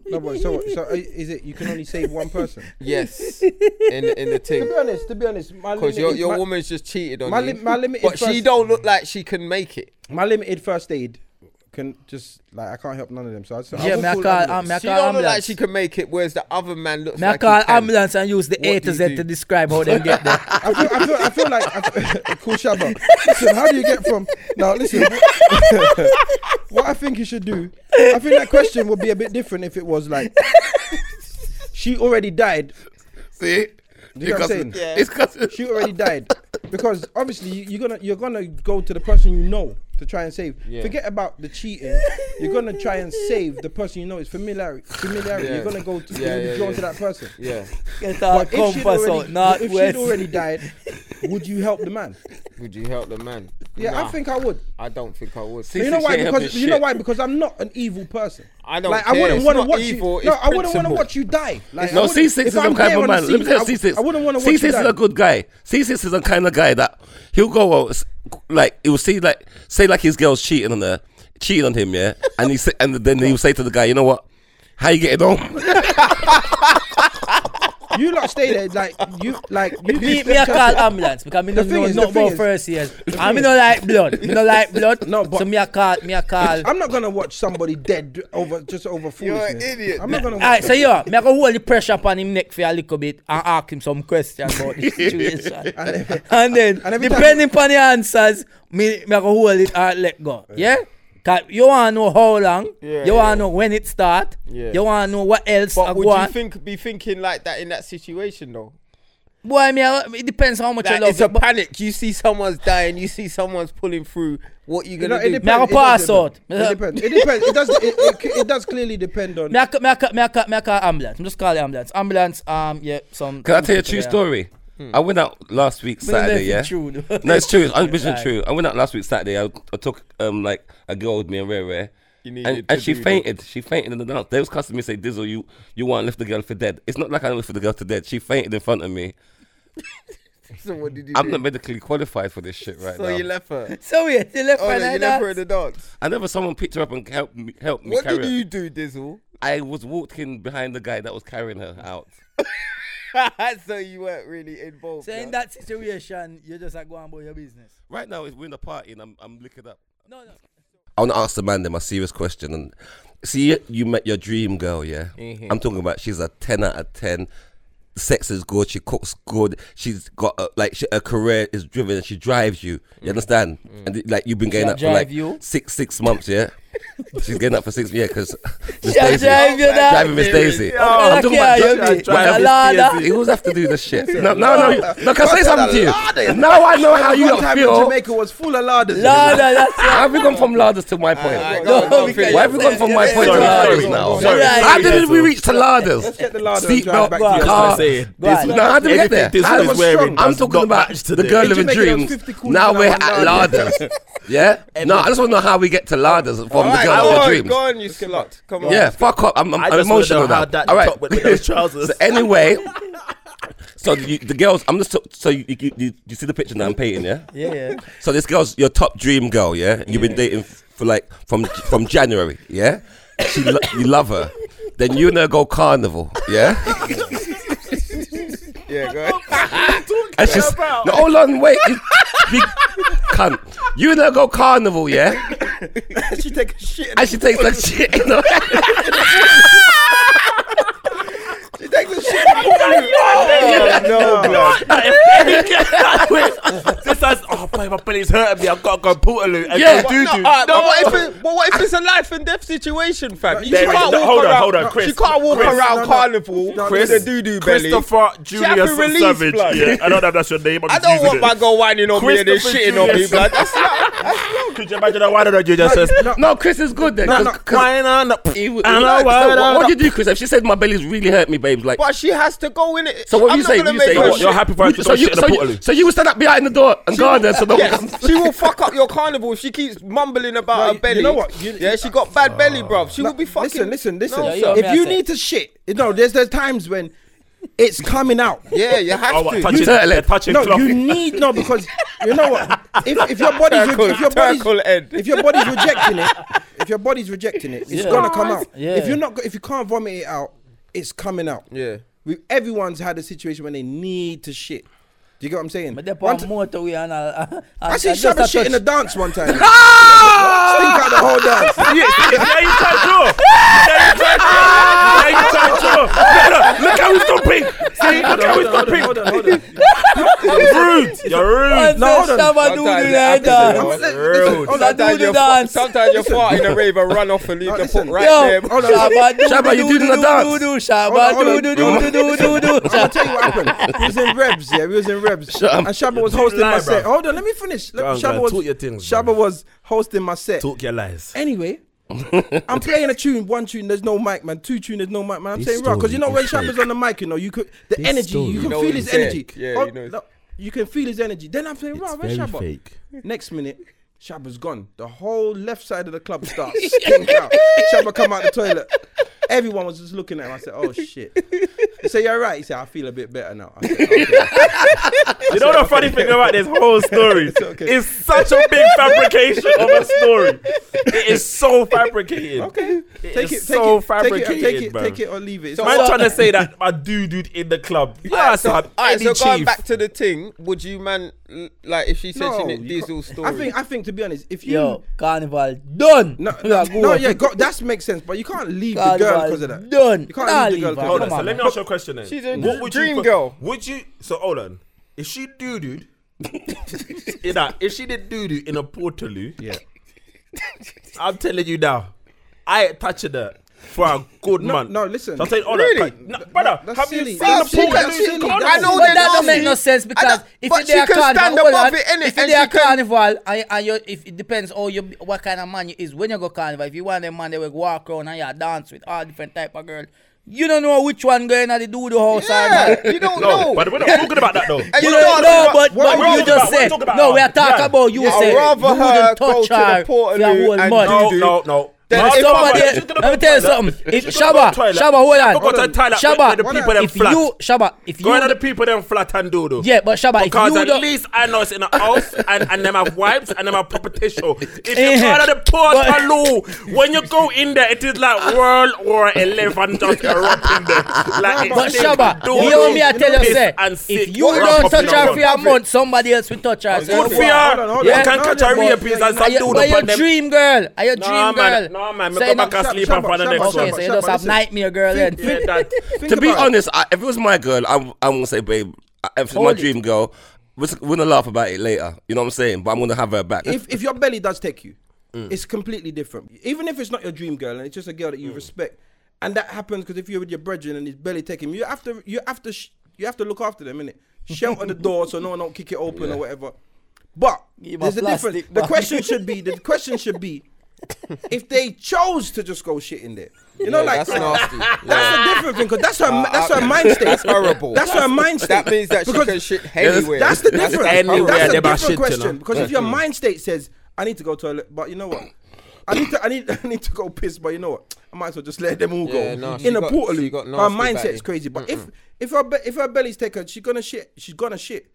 S6: No, but <laughs> so, so uh, is it you can only save one person?
S5: Yes, in in
S6: <laughs> to
S5: the thing.
S6: be honest, to be honest, my
S5: <laughs> Because
S6: limit
S5: your,
S6: is
S5: your
S6: my,
S5: woman's just cheated on
S6: my
S5: you.
S6: lim- my limited
S5: but she
S6: first-
S5: don't look like she can make it.
S6: my limited first aid can just like I can't help none of them. So I just, I
S4: Yeah,
S6: will
S4: me I
S6: call
S4: call-
S6: ambulance.
S4: um, me I
S5: She
S4: call
S5: don't look like
S4: ambulance.
S5: she can make it, whereas the other man looks
S4: May I
S5: like
S4: call
S5: he can.
S4: ambulance and use the A
S5: What do
S4: to
S5: you
S4: Z
S5: do?
S4: to describe how they get there.
S6: I feel, I feel, I feel like I feel, <laughs> cool Shabba. Listen, how do you get from now? Listen, <laughs> what, what I think you should do. I think that question would be a bit different if it was like she already died. You
S3: See,
S6: know what I'm
S3: Because-
S6: saying?
S3: it's
S6: <laughs>
S3: because
S6: She already died because obviously you- you're gonna you're gonna go to the person you know to try and save. Forget about the cheating. You're gonna try and save the person you know. It's familiarity. Familiarity.
S5: Yeah.
S6: You're gonna go. To,
S5: Yeah,
S6: you're gonna be
S5: yeah,
S6: drawn
S5: yeah.
S6: to that person.
S5: Yeah,
S4: Get our
S6: But if she'd
S4: compass out,
S6: already-
S4: not
S6: if
S4: west.
S6: she'd <laughs> already died, would you help the man?
S5: would you help the man?
S6: Yeah,
S5: Nah,
S6: I think I would.
S5: I don't think I would.
S6: But you know why? Because you know why? Because I'm not an evil person.
S5: I don't
S6: Like
S5: care.
S6: I wouldn't
S5: It's
S6: want to
S5: not
S6: watch
S5: evil,
S6: you. No,
S5: it's
S6: I wouldn't want to
S5: principle.
S6: watch you die. Like, I
S3: No,
S6: wouldn't-
S3: C6
S6: if
S3: is
S6: I'm
S3: a kind
S6: there
S3: of
S6: on
S3: man.
S6: the
S3: Let me
S6: scene,
S3: tell you,
S6: I,
S3: C6.
S6: I wouldn't want to watch
S3: C6
S6: you
S3: is
S6: die.
S3: a good guy. C6 is a kind of guy that he'll go out, s- like he'll see like say like his girl's cheating on her, cheating on
S6: <laughs>
S3: him, yeah, and he say, and then he'll say to the guy, you know what? How you getting on? <laughs>
S6: You lot stay there. Like you, like you.
S4: Me,
S6: just-
S4: me a call ambulance because me
S6: The
S4: don't
S6: thing
S4: know
S6: is,
S4: not
S6: the thing
S4: about
S6: is-
S4: first years. And me no like blood. Me no like blood.
S6: No, but-
S4: so me a call, me a call.
S6: I'm not gonna watch somebody dead over just over foolishness.
S5: idiot.
S6: I'm not gonna.
S4: Alright,
S6: Watch that.
S4: so yeah, me I go hold the pressure upon him neck for a little bit and ask him some questions about the situation. and then,
S6: and every time-
S4: depending upon the answers, me, me I go hold it and uh, let go. Yeah? Cause you wanna know how long,
S5: Yeah,
S4: you wanna
S5: yeah.
S4: know when it start,
S5: Yeah.
S4: you wanna know what else I
S5: But
S4: go
S5: would you
S4: on.
S5: think be thinking like that in that situation though?
S4: Boy, me, I- it depends how much I
S5: That
S4: love
S5: it's a
S4: it, but-
S5: panic. You see someone's dying. You see someone's pulling through. What
S6: You
S5: you
S6: know,
S5: gonna
S6: it
S5: do?
S6: depends.
S4: Now
S6: it does
S4: pass
S6: depend.
S4: out.
S6: It depends. It depends. It does. It, it, it does clearly depend on.
S4: Me a, ca- me a, ca- me a, ca- me a call ambulance. I'm just calling ambulance. Ambulance, um, yeah, some.
S3: Can I
S4: some
S3: tell you a
S4: people
S3: true
S4: there.
S3: story?
S6: Hmm.
S3: I went out last week
S4: But it
S3: Saturday,
S4: left
S3: yeah.
S4: it true, though. <laughs>
S3: No, it's true. It's 100 percent
S4: Right.
S3: true. I went out last week Saturday. I, I took um like a girl with me and Rare Rare.
S5: You
S3: And,
S5: needed
S3: and
S5: to
S3: she
S5: do that.
S3: fainted. She fainted in the dance. There was customers say, "Dizzle, you you want to lift the girl for dead." It's not like I lift the girl to dead. She fainted in front of me.
S5: So what did you
S3: I'm
S5: do?
S3: not medically qualified for this shit right
S5: so
S3: now.
S5: you left her.
S4: So wait, you left
S5: Oh,
S4: my
S5: yeah, you
S4: night
S5: left her
S4: out.
S5: in the dance.
S3: I never someone picked her up and helped me help me
S5: What
S3: carry
S5: did
S3: her.
S5: you do, Dizzle? <laughs>
S3: I was walking behind the guy that was carrying her out.
S5: so you weren't really involved.
S4: So in
S5: yeah?
S4: that situation, you just like go and about your business.
S3: Right now, it's- we're in a party and I'm I'm liquored up.
S4: No, no.
S3: I want to ask the man them a serious question. And see, you met your dream girl, yeah. I'm talking about she's a ten out of ten. Sex is good. She cooks good. She's got a, like she, her career is driven. and She drives you. You understand? And like you've been getting
S4: She'll
S3: up for like
S4: drive you?
S3: six six months, <laughs> yeah. she's getting up for six, yeah, <laughs> because Miss
S4: She'll
S3: Daisy,
S4: drive you down.
S3: driving Miss Daisy.
S4: Oh, like, yeah, you
S3: driving-
S4: be-
S3: driving
S4: Lada.
S3: Miss Daisy. You always have to do this shit. No, no, no. No, can I say something to you? Now I know how you
S6: One
S3: lot
S6: time in
S3: feel.
S6: Jamaica was full of larders.
S4: Lord, that's
S3: How have we gone from Larders to my point?
S5: Alright,
S4: No,
S5: go on, go on,
S4: because-
S5: finish.
S3: Why have we gone from my point to
S2: Sorry,
S3: Larders
S2: sorry,
S3: now?
S2: sorry.
S3: How did we reach to Larders?
S6: Get the larder and drive
S3: Seatbelt,
S6: back to your
S2: That's
S3: car.
S4: Ah.
S2: what I say. This
S4: on.
S3: No, ah. how did we get
S2: Anything
S3: there?
S2: this
S3: How
S2: one
S3: did
S2: is
S3: we-
S2: wearing
S3: I'm
S2: does
S3: talking
S2: not
S3: about
S2: match
S3: the
S2: today.
S3: girl of
S6: Jamaica, that was
S3: dreams.
S6: 50 quid
S3: Now
S6: now
S3: we're
S6: on
S3: at Larders. Yeah? No, I just want to know how we get to Larders from the
S5: Alright,
S3: girl
S5: go
S3: of
S5: on,
S3: dreams.
S5: Oh, Go on, you slut. Come on.
S3: Yeah, fuck up. I'm, I'm,
S2: I
S3: I'm
S2: just wanna
S3: emotional
S2: know how
S3: now.
S2: that
S3: All right.
S2: top went with those
S3: <laughs>
S2: trousers.
S3: so anyway, so you, the girls, I'm just so you, you, you, you see the picture now I'm painting, yeah.
S4: yeah, yeah.
S3: So this girl's your top dream girl, yeah. You've been dating f- for like from from January, yeah. She lo- you love her. Then you and her go carnival, yeah.
S5: Yeah, go ahead.
S3: And she's no, hold on, wait, you big cunt. You and her go carnival, yeah.
S6: She take a shit.
S3: And she takes like shit. You know?
S6: She take a shit. Oh, no, blood.
S2: this has oh my, my belly's hurting me. I've got to go Portaloo and
S3: Yeah.
S2: go doo doo.
S5: No, alright, but, what if it, but what if it's a life and death situation, fam? You
S2: There
S5: can't
S2: is-
S5: walk
S2: hold on,
S5: around,
S2: hold on,
S5: She
S2: Chris.
S5: can't walk
S2: Chris,
S5: around
S6: no, no.
S5: carnival
S6: No,
S5: with a
S6: listen.
S5: doo-doo belly.
S2: Christopher
S5: have
S2: Julius
S5: to release
S2: Savage.
S5: blood.
S2: Yeah, I don't know if that's your name. I'm
S5: <laughs> I
S2: just
S5: don't
S2: using
S5: want
S2: it.
S5: my girl whining on me and then
S2: Christopher
S5: shitting on me,
S2: Julius.
S5: blood. That's not.
S2: Could you imagine that? Why did Julius says?
S3: No, Chris is good then.
S6: No,
S3: 'cause-
S6: no,
S3: 'cause
S2: Why not?
S3: he would-
S2: I know,
S3: like, so
S2: why
S3: what,
S2: not?
S3: what do you do, Chris? If she said my belly's really hurt me, babes, like
S5: But she has to go in it.
S3: So what
S5: I'm
S3: you
S5: not
S3: say?
S5: gonna
S3: You
S5: make
S3: say
S5: her
S2: what?
S5: shit.
S2: You're happy for her to
S3: so
S2: go
S3: you,
S2: shit in
S3: so,
S2: a
S3: you,
S2: portal?
S3: so you would stand up behind the door and guard her. So no one
S5: Yes, she will fuck up your carnival if she keeps mumbling about
S6: No,
S5: her
S6: you-
S5: belly.
S6: you know what? You-
S5: yeah, she got bad belly, bruv. She will be fucking.
S6: Listen, listen, listen.
S5: No,
S4: Yeah, you're
S6: if you
S4: messy.
S6: need to shit, you know, there's there's times when it's coming out.
S5: yeah, you have
S2: Oh,
S5: to.
S2: what, touching,
S3: turtle
S2: they're
S3: it.
S2: touching
S6: No,
S2: cloth.
S6: you need no because you know what? If, if your body's
S5: Circle-
S6: if your body's
S5: circle end.
S6: if your body's rejecting it, if your body's rejecting it, it's gonna come out.
S4: Yeah.
S6: If you're not go- if you can't vomit it out, it's coming out.
S5: Yeah.
S6: We everyone's had a situation when they need to shit. Do you get what I'm saying?
S4: But they're
S6: One
S4: on
S6: ti-
S4: motorway and I, <laughs> I,
S6: I see
S4: just
S6: Shabba
S4: a
S6: shit in the
S4: touch.
S6: dance one
S4: <laughs>
S6: time. Stink out the whole dance.
S2: Yeah, yeah, you turned jaw. Yeah, you turned jaw. Yeah, you turned jaw. Yeah, look, look how
S6: <laughs>
S2: he's stomping. See, look how he's stomping.
S1: Hold on, hold on.
S2: Rude. You're rude.
S4: No, hold on. Shabba do
S5: Sometimes
S4: the
S5: it happens,
S4: header.
S5: you know.
S2: Rude.
S4: Hold on, do
S5: Sometimes
S4: the
S5: you're
S4: dance.
S5: sometimes you're farting in a rave and run off and leave
S6: No,
S5: the
S6: listen.
S5: foot right
S4: Yo,
S5: there.
S6: Hold on.
S4: Shabba do
S3: Shabba, you
S4: do
S3: doing the
S4: do
S3: dance?
S4: do do,
S6: Hold on,
S4: Shabba
S6: hold
S4: do
S6: on.
S4: do do do do do
S6: <laughs>
S4: do.
S6: I'll tell you what happened. He was in Rebs, yeah. We was in Rebs.
S3: up.
S6: And Shabba was
S2: Don't
S6: hosting
S2: lie,
S6: my set.
S2: bro.
S6: Hold on, let me finish. Let-
S2: Go on, go on.
S6: Shabba was
S2: Talk your things, bro.
S6: Shabba was hosting my set.
S2: Talk your lies. <laughs>
S6: Anyway, I'm playing a tune. One tune, there's no mic, man. Two tune, there's no mic, man. I'm
S2: This
S6: saying, bro, because you know
S2: story
S6: when
S2: is
S6: Shabba's
S2: fake.
S6: on the mic, you know, you could the
S2: This
S6: energy,
S2: story-
S6: you
S2: You
S6: can
S5: know
S6: feel
S5: he's
S6: his
S5: there.
S6: energy.
S5: Yeah,
S6: Oh,
S5: you know he's-
S6: no, you can feel his energy. Then I'm saying, right, where's Shabba? Next minute, Shabba's gone. The whole left side of the club starts skinking out. Shabba come out the toilet. Everyone was just looking at him. I said, "Oh shit." He said, "You're right." He said, "I feel a bit better now." I said, okay.
S2: You know the funny thing about this
S5: <laughs>
S2: whole story? it's,
S6: okay.
S2: such a big fabrication of a story. It is so fabricated.
S6: Okay.
S2: It
S6: Take
S2: is
S6: it, take
S2: so
S6: it, take it,
S2: fabricated,
S6: take it,
S2: man.
S6: take it or leave it. It's
S2: Man
S6: all-
S2: trying to say that a dude dude in the club. Yeah,
S5: so,
S2: son,
S5: alright,
S2: Eddie
S5: so going
S2: Chief.
S5: back to the thing, would you man l- like if she said she
S6: you
S5: nicked Diesel
S6: can't-
S5: story?
S6: I think, I think, to be honest, if you
S4: Yo, carnival done. <laughs>
S6: No,
S4: We are
S6: no,
S4: go.
S6: no, yeah, go, that makes sense, but you can't leave the girl
S4: Carnival
S6: because of that.
S4: done.
S6: You can't
S4: Nah,
S6: leave the girl
S4: leave her.
S6: because
S2: Hold
S6: of
S4: Come
S2: on, so
S6: that.
S4: on,
S2: let me ask you a question then.
S5: She's a
S2: what would you
S5: dream
S2: put-
S5: girl.
S2: Would you so hold on. If she doo <laughs> dooed in that if she did doo doo in a portaloo,
S6: Yeah.
S2: I'm telling you now, I ain't touching her for a good
S6: No,
S2: month.
S6: no, listen.
S2: So I'm saying, hold on,
S5: Really?
S2: no, brother,
S6: that's
S2: have
S6: silly.
S2: you seen
S6: That's
S2: the
S6: silly, that's
S2: portaloo?
S6: silly,
S2: Come on,
S6: that's
S2: I know
S5: silly.
S2: they
S4: But that
S5: don't
S4: don't make
S5: see-
S4: no sense
S5: I
S4: because
S5: don't-
S4: if
S5: but
S4: it's
S5: she
S4: their
S5: can
S4: carnival,
S5: stand
S4: hold
S5: above
S4: on.
S5: it, innit?
S4: if
S5: And
S4: it's their
S5: she can-
S4: carnival, and, and you, if it depends how you, what kind of man you is. When you go carnival, if you want a man, they will walk around and you dance with all different type of girl. You don't know which one going at the do the house or not.
S5: yeah, you don't
S2: No,
S5: know.
S2: but we're not talking about that though.
S5: And
S4: You
S5: you
S4: don't
S5: don't
S4: know,
S5: know
S4: but,
S2: what
S4: but
S2: we're
S4: you
S2: talking
S4: just
S2: about, we're
S4: said
S2: talking about
S4: no.
S2: her.
S4: We are talking
S2: Yeah.
S4: about you
S5: I'd
S4: said
S5: rather
S4: you
S5: her
S4: wouldn't
S5: go
S4: touch
S5: to the
S4: her for
S5: Portaloo
S4: your whole
S5: and
S2: No,
S4: month.
S5: dude.
S2: no, no.
S5: Then
S2: No,
S5: if
S2: no,
S5: somebody-
S2: but she's gonna
S4: let me
S2: go
S4: tell you
S2: toilet.
S4: something. If
S2: She's gonna go
S4: Shabba,
S2: toilet.
S4: Shabba, hold on.
S2: Don't Go to the toilet
S4: Shabba,
S2: with the people them
S4: if
S2: flat.
S4: you Shabba, if
S2: Going
S4: you
S2: at the people them flat and doodle.
S4: yeah, but Shabba, if
S2: Because
S4: you
S2: at
S4: don't.
S2: least I know it's in a house and, and them have wives and them have property show. If
S4: Eh,
S2: you go to the
S4: but-
S2: portaloo, when you go in there, it is like World War Eleven just erupting there. Like
S4: But
S2: it's
S4: Shabba,
S2: doodle,
S4: you hear me? I tell you,
S2: piss
S4: say,
S2: and
S4: if
S2: sick
S4: you
S2: wrap
S4: don't
S2: up
S4: touch
S2: in a
S4: her for
S2: bun.
S4: a month, somebody else will touch her.
S2: Good for
S6: Hold on,
S2: her.
S6: hold on,
S2: You
S6: hold
S2: can
S6: on.
S2: catch
S6: No,
S2: her
S6: but-
S2: earpiece and
S4: Are
S2: some
S4: you,
S2: doodle.
S4: but your
S2: upon them.
S4: dream girl. Are your
S2: No,
S4: dream girl?
S2: man. No, man. Me
S4: Say
S2: go
S4: no-
S2: back and
S6: Shabba,
S2: sleep and
S6: Shabba,
S2: find the
S6: Shabba,
S4: Okay,
S2: next one.
S4: so
S6: Shabba,
S4: you just
S6: Shabba,
S4: have
S6: listen.
S4: nightmare girl then.
S2: Yeah, that.
S4: <laughs>
S6: Think
S3: to be
S6: about it.
S3: honest, I, if it was my girl, I, I won't say, babe, I- if it's my
S4: Hold it.
S3: dream girl, we're, s- we're gonna laugh about it later. You know what I'm saying? But I'm gonna have her back.
S6: if if your belly does take you,
S5: Mm.
S6: it's completely different. Even if it's not your dream girl and it's just a girl that
S5: Mm.
S6: you respect, and that happens because if you're with your brethren and his belly taking you, you have to you have to sh- you have to look after them, innit? Shelter the door so no one don't kick it open or whatever. But
S4: Give
S6: there's
S4: her
S6: a
S4: plastic,
S6: difference.
S4: man.
S6: The question should
S5: <laughs>
S6: be the question should be if they chose to just go shit in there. You know,
S5: Yeah,
S6: like
S5: that's nasty.
S6: That's a different thing because that's her that's her mind state.
S5: that's horrible.
S6: That's her mind state.
S5: That means that she
S6: Because
S5: can shit anywhere.
S6: that's the difference. That's,
S2: anywhere
S6: a
S2: they
S6: different
S2: bash it, you
S6: question
S2: know.
S6: because if your mind state says, "I need to go toilet," but you know what? I need to, I need, <laughs> I need to go piss, but you know what? I might as well just let them all
S5: Yeah,
S6: go
S5: no, she
S6: in a
S5: got-
S6: portal.
S5: she got
S6: Her
S5: nasty
S6: mindset's
S5: belly.
S6: crazy, but if if her be- if her belly's taken, she's gonna shit. She's gonna shit.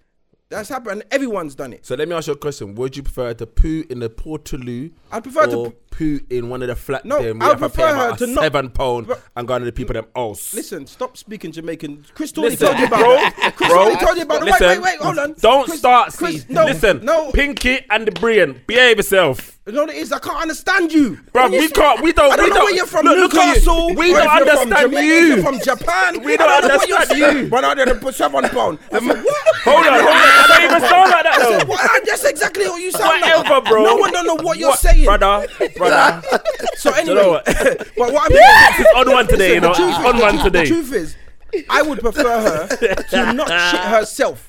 S6: That's happened. and Everyone's done it.
S2: So let me ask you a question. Would you prefer to poo in the Portaloo?
S6: I'd prefer to
S2: or poo in one of the flat
S6: No,
S2: them.
S6: I
S2: where
S6: would
S2: you have to pay
S6: prefer
S2: about
S6: her
S2: a
S6: to not-
S2: seven pound
S6: Bro-
S2: and go to the people them house.
S6: Listen, stop speaking Jamaican. Chris Tony
S2: Listen,
S6: told you about
S2: bro,
S6: that. Chris
S2: bro,
S6: Tony told you about that. Wait,
S2: listen,
S6: wait, wait, hold on.
S2: Don't
S6: Chris-
S2: start.
S6: Chris,
S2: Chris,
S6: no,
S2: listen,
S6: no,
S2: Pinky and the Brian, behave yourself.
S6: You know what it is? I can't understand you.
S2: Bro,
S6: When you
S2: we
S6: say-
S2: can't. We don't.
S6: I don't
S2: we
S6: know
S2: don't,
S6: where you're from,
S2: look, look at you.
S6: Newcastle.
S2: We
S6: or if
S2: don't
S6: you're from
S2: understand
S6: Jamaica,
S2: you.
S6: if You're from Japan.
S2: We don't
S6: I know what you're
S2: understand
S6: saying.
S2: you.
S6: One hundred and put seven pound. I said,
S2: Hold
S6: what?
S2: on, hold on. I don't even sound like that though.
S6: What?
S2: <laughs>
S6: Ah, That's exactly what you sound like.
S2: Whatever, bro.
S6: No one don't know what you're saying.
S2: brother? Brother,
S6: <laughs> So
S2: you know
S6: anyway,
S2: what? <laughs>
S6: but what I mean,
S2: It's on one today, you know.
S6: the truth
S2: It's
S6: is-
S2: on
S6: the
S2: one
S6: truth-
S2: today.
S6: The truth is, I would prefer her to not
S2: <laughs>
S6: shit herself.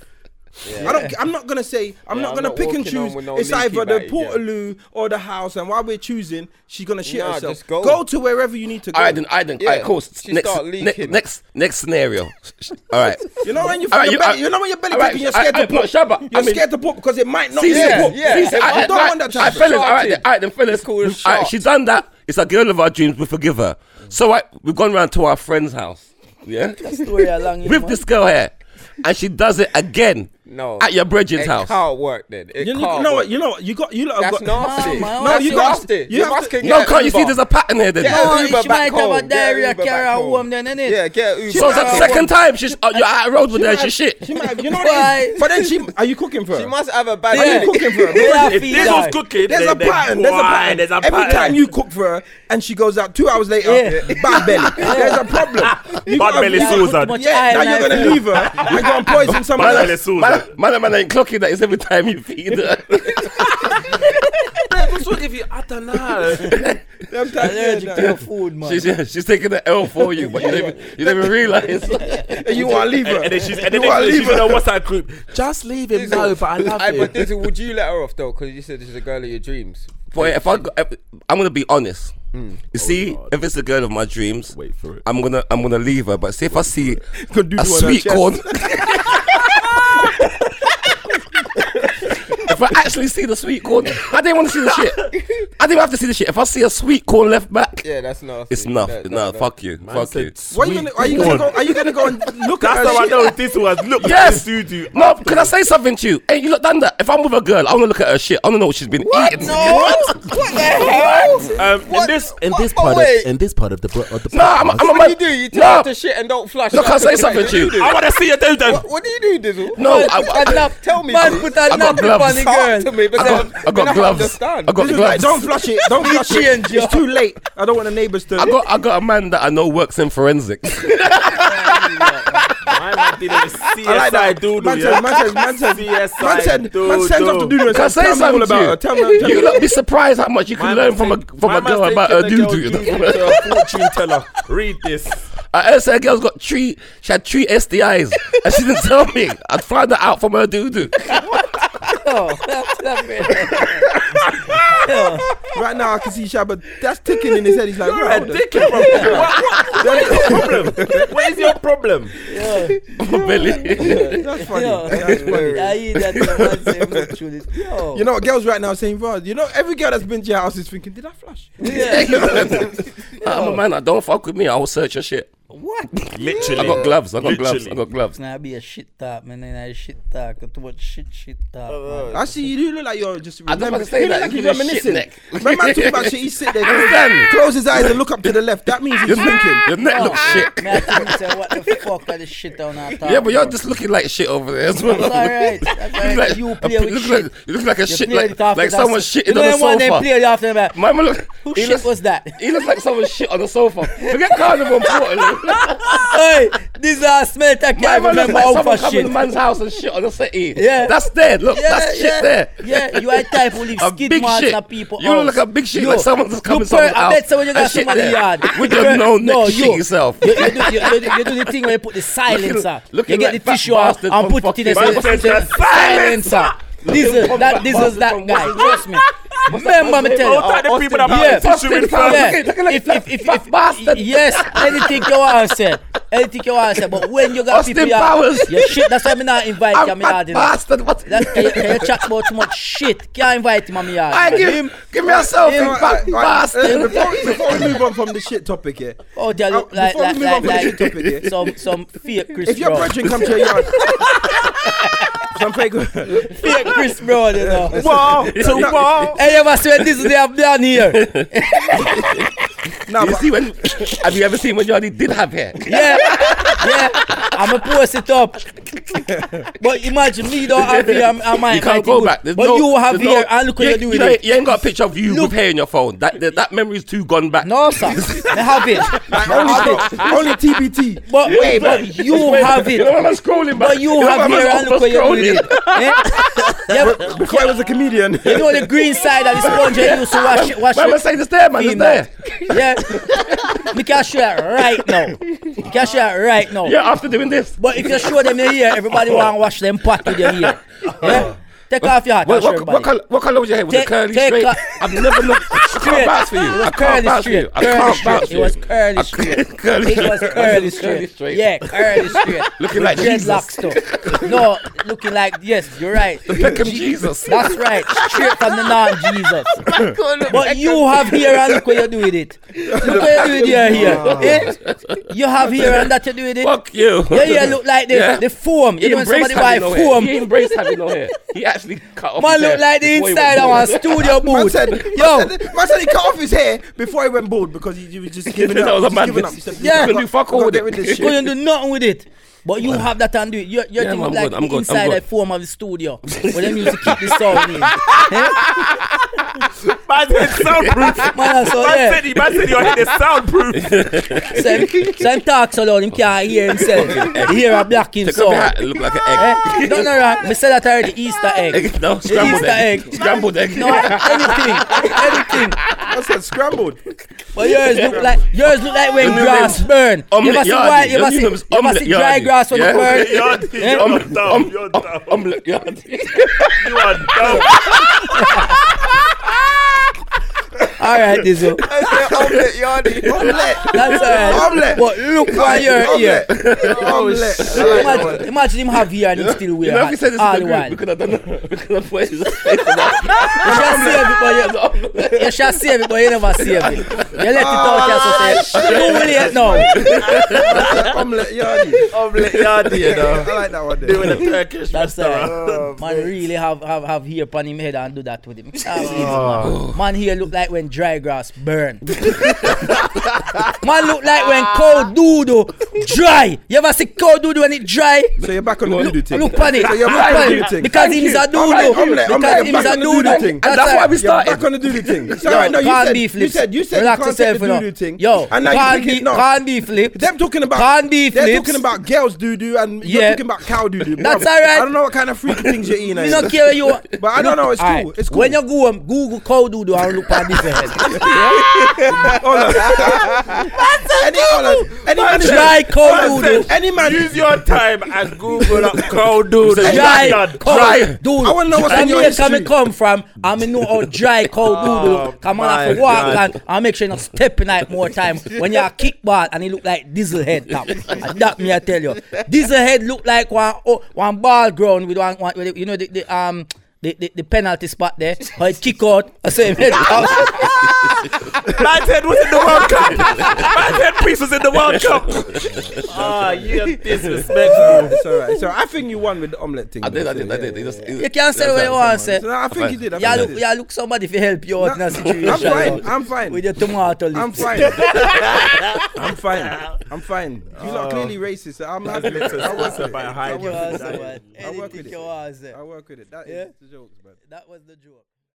S6: I don't. I'm not gonna say. I'm
S5: Yeah,
S6: not
S5: I'm
S6: gonna
S5: not
S6: pick and
S5: walking on
S6: choose.
S5: with no
S6: it's
S5: leaky
S6: either the
S5: bag, yeah.
S6: Portaloo or the house, and while we're choosing, she's gonna shit
S5: Nah,
S6: herself.
S5: just go.
S6: to wherever you need to go.
S3: All right, then. All right, then.
S5: Yeah,
S3: all right, cool. S-
S5: she
S3: Next,
S5: start
S3: ne-
S5: leaking.
S3: next, next scenario. All right.
S6: You know when you,
S3: All right,
S6: <laughs> your
S3: you-
S6: belly,
S3: I-
S6: you know when your belly
S3: all right,
S6: taking, you're
S3: I-
S6: scared
S3: I-
S6: to pop.
S3: no, Shabba,
S6: you're
S3: I mean-
S6: scared to pop because it might not.
S3: See,
S6: be
S3: see,
S6: there.
S5: yeah,
S3: see,
S5: yeah.
S3: see, see,
S5: I
S3: I,
S6: don't
S3: I-
S6: want that to
S3: I,
S6: happen.
S3: fellas, all right, then, all right, then, fellas.
S5: called a
S3: we've- all right,
S5: shark.
S3: she's done that. It's a girl of our dreams. We forgive her. So I, we've gone round to our friend's house. Yeah.
S4: Story along here,
S3: with
S4: man.
S3: this girl here, and she does it again.
S5: No.
S3: at your brethren's
S5: it
S3: house.
S5: can't work then. It
S6: You,
S5: can't
S6: you know
S5: work.
S6: what? You know what? You got. You lot have
S5: That's
S6: got.
S5: nasty.
S4: No, man,
S5: no,
S4: that's
S5: you
S6: nasty.
S5: nasty.
S6: You
S5: You
S6: have
S5: must
S6: to-
S5: can
S3: No,
S5: get
S3: can't you see
S5: Uber.
S3: there's a pattern here then?
S5: Get
S3: No.
S5: an
S4: she
S5: Uber
S4: might
S5: back
S4: have a
S5: home. Get
S4: diarrhea
S5: an Uber
S4: carrier
S5: back
S4: at
S5: home.
S4: home then, innit?
S5: Yeah, get an Uber.
S3: So it's
S5: back
S3: the
S5: home.
S3: second time she's, uh, you're out of road with her, she shit.
S6: She might have, you know what it
S3: <laughs>
S6: is?
S4: Why?
S6: But then she. Are you cooking for her?
S5: She must have a bad
S6: Are
S5: day.
S6: you cooking for her?
S4: They
S6: Because
S4: are
S2: If
S4: feed
S2: this
S4: her.
S2: was cooking,
S6: There's
S2: then-
S6: a
S2: then
S6: pattern. There's a
S2: why?
S6: pattern.
S2: There's a
S6: Every
S2: pattern.
S6: time you cook for her and she goes out two hours later,
S4: Yeah.
S6: bad
S3: <laughs>
S6: belly. There's a problem. You
S2: Bad
S6: gotta-
S2: belly
S6: you
S4: Yeah,
S2: Susan.
S4: put too much
S6: Yeah,
S4: iron
S6: now you're
S4: in
S6: gonna
S4: it.
S6: leave her and
S2: <laughs>
S6: go and poison someone
S3: Man,
S6: else.
S2: Susan.
S3: man, man, man ain't clocking that. It's every time you
S6: <laughs>
S3: feed her.
S2: That's what if you. I don't know.
S6: Them times, yeah,
S4: Allergic
S6: no.
S4: to your food, man.
S3: she's, yeah, she's taking the L for you, but you don't even, you don't even realize.
S6: <laughs> And you want to leave her.
S2: And then she's and then
S6: You wanna
S2: next week
S6: leave
S2: she's in
S6: her.
S2: a WhatsApp group. Just leave him.
S5: Dizzle.
S2: No, but I love
S5: Aye,
S2: him.
S5: but Dizzle, would you let her off though? Because you said this is a girl of your dreams.
S3: Boy, if I go, if, I'm gonna be honest.
S6: Hmm.
S3: You see,
S6: Oh,
S2: God.
S3: if it's the girl of my dreams,
S2: Wait for it.
S3: I'm gonna I'm gonna leave her. But see if
S6: <laughs>
S3: I see
S6: Could do
S3: a
S6: to her
S3: sweet
S6: chest. <laughs>
S3: corn. if I actually see the sweet corn, I didn't want to see the shit. I didn't have to see the shit. If I see a sweet corn left back,
S5: Yeah, that's not.
S3: it's enough. No, fuck you,
S2: Man
S3: fuck
S2: said
S3: you.
S6: What are you gonna? Are you gonna go? Are you gonna go and look at
S2: That's
S6: her?
S2: how I
S6: shit?
S2: know this was. Look,
S3: Yes.
S2: this dude.
S3: No, can I say something to you? Hey, you look done that. If I'm with a girl, I want to look at her shit. I want to know what she's been
S4: <laughs>
S3: eating.
S4: What? What the hell?
S2: Um, in this in
S5: what-
S2: this
S5: but
S2: part
S5: wait.
S2: of, in this part of the bro- of the
S3: No, I'm, I'm a
S5: What
S3: man.
S5: do you do? You take
S3: no,
S5: out the shit and don't flush.
S3: look, can I say
S5: Like,
S3: something
S5: what
S3: to
S5: do
S3: you?
S5: do?
S2: I want to see you do them.
S5: What, what do you do, Dizzle?
S3: No, I,
S4: Put a
S3: I,
S4: nap-
S5: tell me,
S4: Man,
S5: please.
S4: put a
S3: got
S4: nap
S3: gloves.
S4: on the
S5: Talk
S4: girl.
S5: to me because
S3: I got, I
S5: then
S3: got gloves. I
S5: understand.
S3: got
S6: This is like,
S3: gloves.
S6: don't flush it.
S3: <laughs>
S6: Don't flush it. It's too late. I don't want the neighbors to.
S3: I got, I got a man that I know works in forensics.
S2: I like
S6: <laughs> I like that. Man says, man says, man
S2: <laughs>
S6: says, man said, man sends off the doodle and
S3: Can I
S6: says,
S3: say
S6: tell me all
S3: something
S6: about her.
S3: to <laughs>
S6: Tell
S3: you?
S6: me, tell
S3: You
S6: me.
S3: look be surprised how much you
S2: My
S3: can learn
S2: man's
S3: from a
S2: taking-
S3: from
S2: my
S3: a
S2: man's
S3: girl about her
S2: taking the
S3: doo
S2: girl <laughs>
S3: doo.
S2: to a fortune teller. Read this.
S3: <laughs> I heard say a girl's got three, she had three STIs, and she didn't <laughs> tell me. I found that out from her doo <laughs> doo.
S4: Oh, that's- that's
S3: <laughs>
S4: it.
S6: Right now, I can see Shabba. That's ticking in his head. He's like,
S2: You're
S6: bro,
S2: a dickhead, bro. What- what- what is your problem? What is your problem?
S3: Billy.
S6: that's funny.
S4: Yo.
S6: That's funny.
S4: I hear that man say I'm true.
S3: <laughs>
S4: Yo.
S6: You know what? Girls right now are saying, bro, you know, every girl that's been to your house is thinking, did I flush?
S3: I'm a man. that don't fuck with me. I will search your shit.
S4: What?
S2: Literally.
S3: I got gloves. I got gloves. I
S2: Literally.
S3: got gloves.
S4: Nah, I be a shit talk, man. And I shit talk. Got too much shit, shit talk,
S3: Oh,
S4: man.
S6: I see you, you look like you're just.
S3: I don't
S6: remember-
S3: wanna say
S6: you look
S3: that,
S6: Like
S3: you
S6: you're
S3: give a shit
S6: reminiscing.
S3: neck.
S6: My man talk about shit. He sit there,
S3: Understand?
S6: close his eyes and look up to the left. That means he's
S3: Your neck,
S6: thinking.
S3: your neck looks shit.
S4: Me, I think you say, what the fuck are this shit on our talk?
S3: oh. Yeah, but you're just looking like shit over there as well. <laughs>
S4: That's alright. That's
S3: You
S4: alright.
S3: look like-
S4: you play with
S3: you look
S4: shit.
S3: like, you look like a
S4: You
S3: shit,
S4: play
S3: like,
S4: with after
S3: like
S4: that.
S3: someone
S4: you
S3: shitting
S4: know them
S3: on
S4: one
S3: the
S4: they
S3: sofa.
S4: play with after that.
S3: My man look,
S4: Who
S3: he
S4: shit
S3: looks-
S4: was that?
S3: He looks like someone shit on the sofa. Forget carnival portal.
S4: <laughs> hey, these are smell that
S3: My
S4: can't
S3: man looks
S4: remember
S3: like
S4: how
S3: someone
S4: for
S3: come in
S4: shit.
S3: the man's house and shit on the city.
S4: Yeah.
S3: that's there. Look, that's
S4: yeah,
S3: shit there.
S4: Yeah, you are type who leave
S3: A
S4: skid
S3: big
S4: marks
S3: shit.
S4: on people.
S3: you look
S4: house.
S3: like a big shit.
S4: Yo,
S3: like someone's just
S4: you
S3: come in
S4: pray-
S3: someone's
S4: I
S3: house.
S4: bet someone you
S3: and
S4: got
S3: shit
S4: somebody
S3: there.
S4: yard.
S3: <laughs> With
S4: You
S3: your
S4: pray-
S3: known neck
S4: No,
S3: shit
S4: you-
S3: yourself.
S4: You, you, do, you, you, do, you do the thing where
S3: <laughs>
S4: you put the silencer.
S3: looking
S4: you get
S3: like
S4: the
S3: fat
S4: tissue out
S3: bastard
S4: and
S3: from
S4: put it in
S3: fucking-
S4: the
S3: Man said
S4: silencer. This is
S3: from
S4: that.
S3: fat
S4: This is
S3: bastard
S4: that
S3: from
S4: guy.
S3: West-
S4: Trust me. Remember me tell you.
S2: All type of people that
S4: Yeah.
S2: have tissue in
S3: Austin Powell.
S2: front.
S4: Yeah.
S3: Look at- look at
S4: If,
S3: that
S4: if, if,
S3: fat
S4: if,
S3: bastard.
S4: Yes, anything you want to say. Anything you want to say. But when you got
S3: Austin
S4: people, you-
S3: Powers.
S4: you shit. That's why me not invite you.
S3: I'm
S4: Me yard
S3: fat
S4: in it.
S3: bastard. What? <laughs>
S4: That can you, can you chat about too much shit. Can't invite him on me yard.
S3: I
S4: man.
S3: give give me a selfie,
S6: Right,
S3: fat
S6: right, uh,
S3: bastard.
S6: <laughs> Before, before we move on from the shit topic here,
S4: Oh, they
S6: Uh,
S4: look like,
S6: before we
S4: like,
S6: move
S4: like,
S6: on from
S4: like
S6: the topic here.
S4: <laughs> some some fake Chris
S6: if your
S4: Brown.
S6: brethren come to your
S2: <laughs>
S6: yard, some fake. What
S4: Fake Chris Brown, you know.
S2: Wall to wall.
S4: <laughs> Hey, you must say this is they have done here.
S6: No,
S3: You
S6: but
S3: see when? <coughs> Have you ever seen when Johnny did have hair?
S4: Yeah, yeah. I'ma post it up. But imagine me don't have here. I'm, I might
S3: You can't
S4: might
S3: go
S4: good.
S3: back. There's
S4: but
S3: no-
S4: you have
S3: there's no-
S4: here, and look what
S3: you,
S4: you're doing.
S3: You, know, you ain't got a picture of you
S4: Look.
S3: with hair in your phone. That that, that memory's too gone back.
S4: No, sir. I have it.
S6: only, only TBT.
S4: But wait, but you have
S3: You know <laughs>
S4: it.
S3: when I'm scrolling back.
S4: But you
S3: know
S4: have
S3: when
S4: here,
S3: I'm
S4: and look what you're doing.
S3: scrolling?
S4: Eh? Yeah,
S6: Before I was a comedian,
S4: You know the green side of the sponge you used to wash it, wash
S3: Man,
S4: it.
S3: man, say this there, man. It's
S4: Clean
S3: there.
S4: Yeah. we can show that right now. We can show that right now.
S3: Yeah, after doing this.
S4: But if you show them your ear, everybody want to wash them pot with
S3: <laughs>
S4: your ear. Yeah? Take off your hat
S3: Oh. What,
S4: and show
S3: what, what,
S4: everybody.
S3: color, what color was your hair? Was
S4: Take-
S3: it curly,
S4: take
S3: straight?
S4: a-
S3: I've never looked.
S4: <laughs>
S3: I
S4: Straight.
S3: can't bounce for you.
S4: It was
S3: I
S4: curly
S3: can't bounce for you.
S4: straight.
S3: I
S4: Curly
S3: can't
S4: straight.
S3: bounce for
S4: It
S3: you.
S4: was curly
S3: I
S4: straight.
S3: can't- <laughs> curly
S4: It was
S3: straight.
S4: curly straight. Yeah, curly straight.
S3: Looking
S4: With
S3: like <laughs> Jesus.
S4: dreadlocks too. No, looking like, yes, you're right. <laughs>
S3: Beckham Jesus. <laughs>
S4: That's right. Straight from the non Jesus.
S5: back on the
S4: But you have here and look what you do with it. Look what you do with your here. Eh? You have here and that you do with it.
S3: Fuck you.
S4: Yeah, yeah, look like the,
S3: Yeah.
S4: the foam. You
S3: He
S4: know when
S3: embraced
S4: somebody buy
S3: having no hair.
S4: foam.
S3: He embraced having no hair. He actually cut off.
S4: Man
S3: his hair
S4: look like the
S3: before he
S4: inside of a
S3: went <laughs>
S4: studio
S6: Man
S4: booth.
S6: said,
S4: Yo,
S6: man, said, man said he cut off his hair before he went bald because he, he was
S4: <laughs>
S6: just giving
S3: That
S6: up.
S3: was a
S6: just giving
S3: madness.
S6: up. He said,
S4: Yeah.
S6: "I
S3: Couldn't
S6: got-
S3: do fuck
S6: I got
S3: all with
S6: get
S3: it."
S6: rid of this shit.
S4: <laughs> couldn't do nothing with it. But you have that and do it. Your, your
S3: Yeah,
S4: thing
S3: man,
S4: look
S3: I'm
S4: like
S3: good, I'm
S4: the
S3: good, I'm
S4: inside
S3: good.
S4: the foam of the studio. Where them used to keep the sound in.
S2: <laughs> Man said
S4: <laughs>
S2: soundproof.
S4: Man, so
S2: Man
S4: yeah.
S2: said he, man said he
S4: <laughs>
S2: wanted the soundproof.
S4: So him, so him talk so loud, him can't hear
S3: <laughs>
S4: himself. He hear a black him
S3: Take off your
S4: sound.
S3: hat. It looked like an
S4: Eh? No, no, no. Me say that already. Easter egg.
S3: egg. no, scrambled
S4: Easter
S3: egg.
S4: egg.
S3: Scrambled egg.
S4: No, anything, anything.
S6: I said
S4: <laughs>
S6: scrambled.
S4: But yours look like yours look like when
S3: Your new
S4: grass
S3: name's
S4: burn. You
S3: Omelette
S4: ever see
S3: Yardie.
S4: why? You
S3: Your
S4: ever
S3: new
S4: see?
S3: name's
S4: You ever
S3: Omelette
S4: see dry
S3: Yardie.
S4: grass when
S3: Yeah.
S4: it burn?
S2: You're, you're
S4: Um,
S2: dumb. You're dumb.
S3: Um, look, yeah.
S4: <laughs>
S2: You are dumb.
S4: All right,
S3: <laughs>
S4: this one.
S6: omelette, Yardi. Omelette.
S4: That's all right.
S6: Omelette.
S4: But look what you're here. Oh,
S6: Omelette.
S4: Imagine, imagine him have here and he still
S3: You
S4: wear
S3: know, if
S4: hat
S3: he said this
S4: all
S3: in
S4: the
S3: the
S4: while.
S3: group, we could have done it. We could have put his
S4: <laughs>
S3: face on that.
S4: You shall save it, but you, you shall save it, but you never save it. You let it out your
S3: Ah,
S4: system. Too
S3: <laughs>
S4: late now.
S6: Omelette, Yardi.
S2: Omelette Yardi, you know.
S6: I like that one.
S2: Doing a
S6: There.
S2: Turkish
S4: That's
S2: restaurant.
S3: Oh,
S4: it. Man, really have have have hair on him head and do that with him. <laughs>
S3: Ah.
S4: man. man, here look like when dry grass burn. <laughs> man, look like when cold doodle dry. You ever see cold doodle when it dry?
S6: So you're back on the doodoo thing.
S4: Look on it.
S6: So
S4: Look
S6: you're back on
S4: on
S6: the doodoo
S4: it.
S6: thing.
S4: Because he's a doodle.
S6: Omelette, omelette,
S4: Because
S6: omelette,
S4: he's a
S6: back on the doodoo
S4: doodle.
S6: thing.
S3: And that's
S4: right.
S3: why we
S6: You're
S3: started.
S6: back on the doodoo thing.
S4: Yo,
S6: Sorry, no, you
S4: corned
S6: said,
S4: beef
S6: you
S4: lips.
S6: said, you said,
S4: Relax
S6: you can't
S4: yourself,
S6: take the
S4: you know.
S6: doodoo thing.
S4: Yo,
S6: and now
S4: corned
S6: you pick
S4: beef-
S6: it. No,
S4: corned beef lips.
S6: Them talking about
S4: Corned beef
S6: They're
S4: lips.
S6: talking about girls doodoo, and you're
S4: Yeah.
S6: talking about cow doodoo.
S4: That's
S6: Bruv,
S4: alright.
S6: I don't know what kind of freaky things you're
S4: <laughs>
S6: eating.
S4: Me
S6: eh?
S4: not care where you are.
S6: <laughs> But I don't know. It's
S4: Alright,
S6: cool. It's cool.
S4: When you go home, Google cow doodle and look at this
S6: <laughs>
S4: head.
S6: Hold on. any, hold on. Any man is-
S4: Dry cow
S2: Man
S4: doodle.
S2: said,
S6: Any man.
S2: Use your time and Google up cold dude. <laughs>
S4: Dry cow
S3: Dry.
S4: doodle.
S6: I wanna know what's
S4: And
S6: in your
S4: where
S6: history. Oh,
S4: me come from, I me know how dry cow doodle come on
S2: my
S4: have to walk
S2: God.
S4: and I make sure you not stepping out more time when you are kickball and he look like diesel head top. And that me I tell you. Diesel head look like one oh, one ball ground with one, one with the- you know the, the um the, the, the penalty spot there, how it kick out, I say <laughs> head top.
S2: Man said was in the World Cup. Man said Priest was in
S3: <laughs>
S2: the World Cup. Ah, you disrespectful.
S6: It's alright. So I think you won with the omelette thing.
S3: I did, I did,
S6: So,
S3: I
S6: yeah,
S3: did. They
S6: yeah,
S3: just-
S4: You can't say what you want, say.
S6: So, no, I think you did. I
S4: Yeah,
S6: think
S4: look,
S6: you did.
S4: yeah, look somebody if you help you out in
S6: No,
S4: a situation.
S6: I'm fine.
S4: yo.
S6: I'm fine.
S4: With your tomato <laughs> leaves.
S6: I'm fine. I'm fine. I'm fine. You
S4: Oh.
S6: lot are clearly racist. So I'm happy. with it. I work with it.
S2: By
S6: I
S2: hiding
S6: work
S2: from
S6: with
S4: Yes,
S6: it. I
S4: man.
S6: work with
S4: Anything
S6: it.
S4: you want, say.
S6: I work with it. That
S4: Yeah.
S6: is the jokes, man.
S4: That was the joke.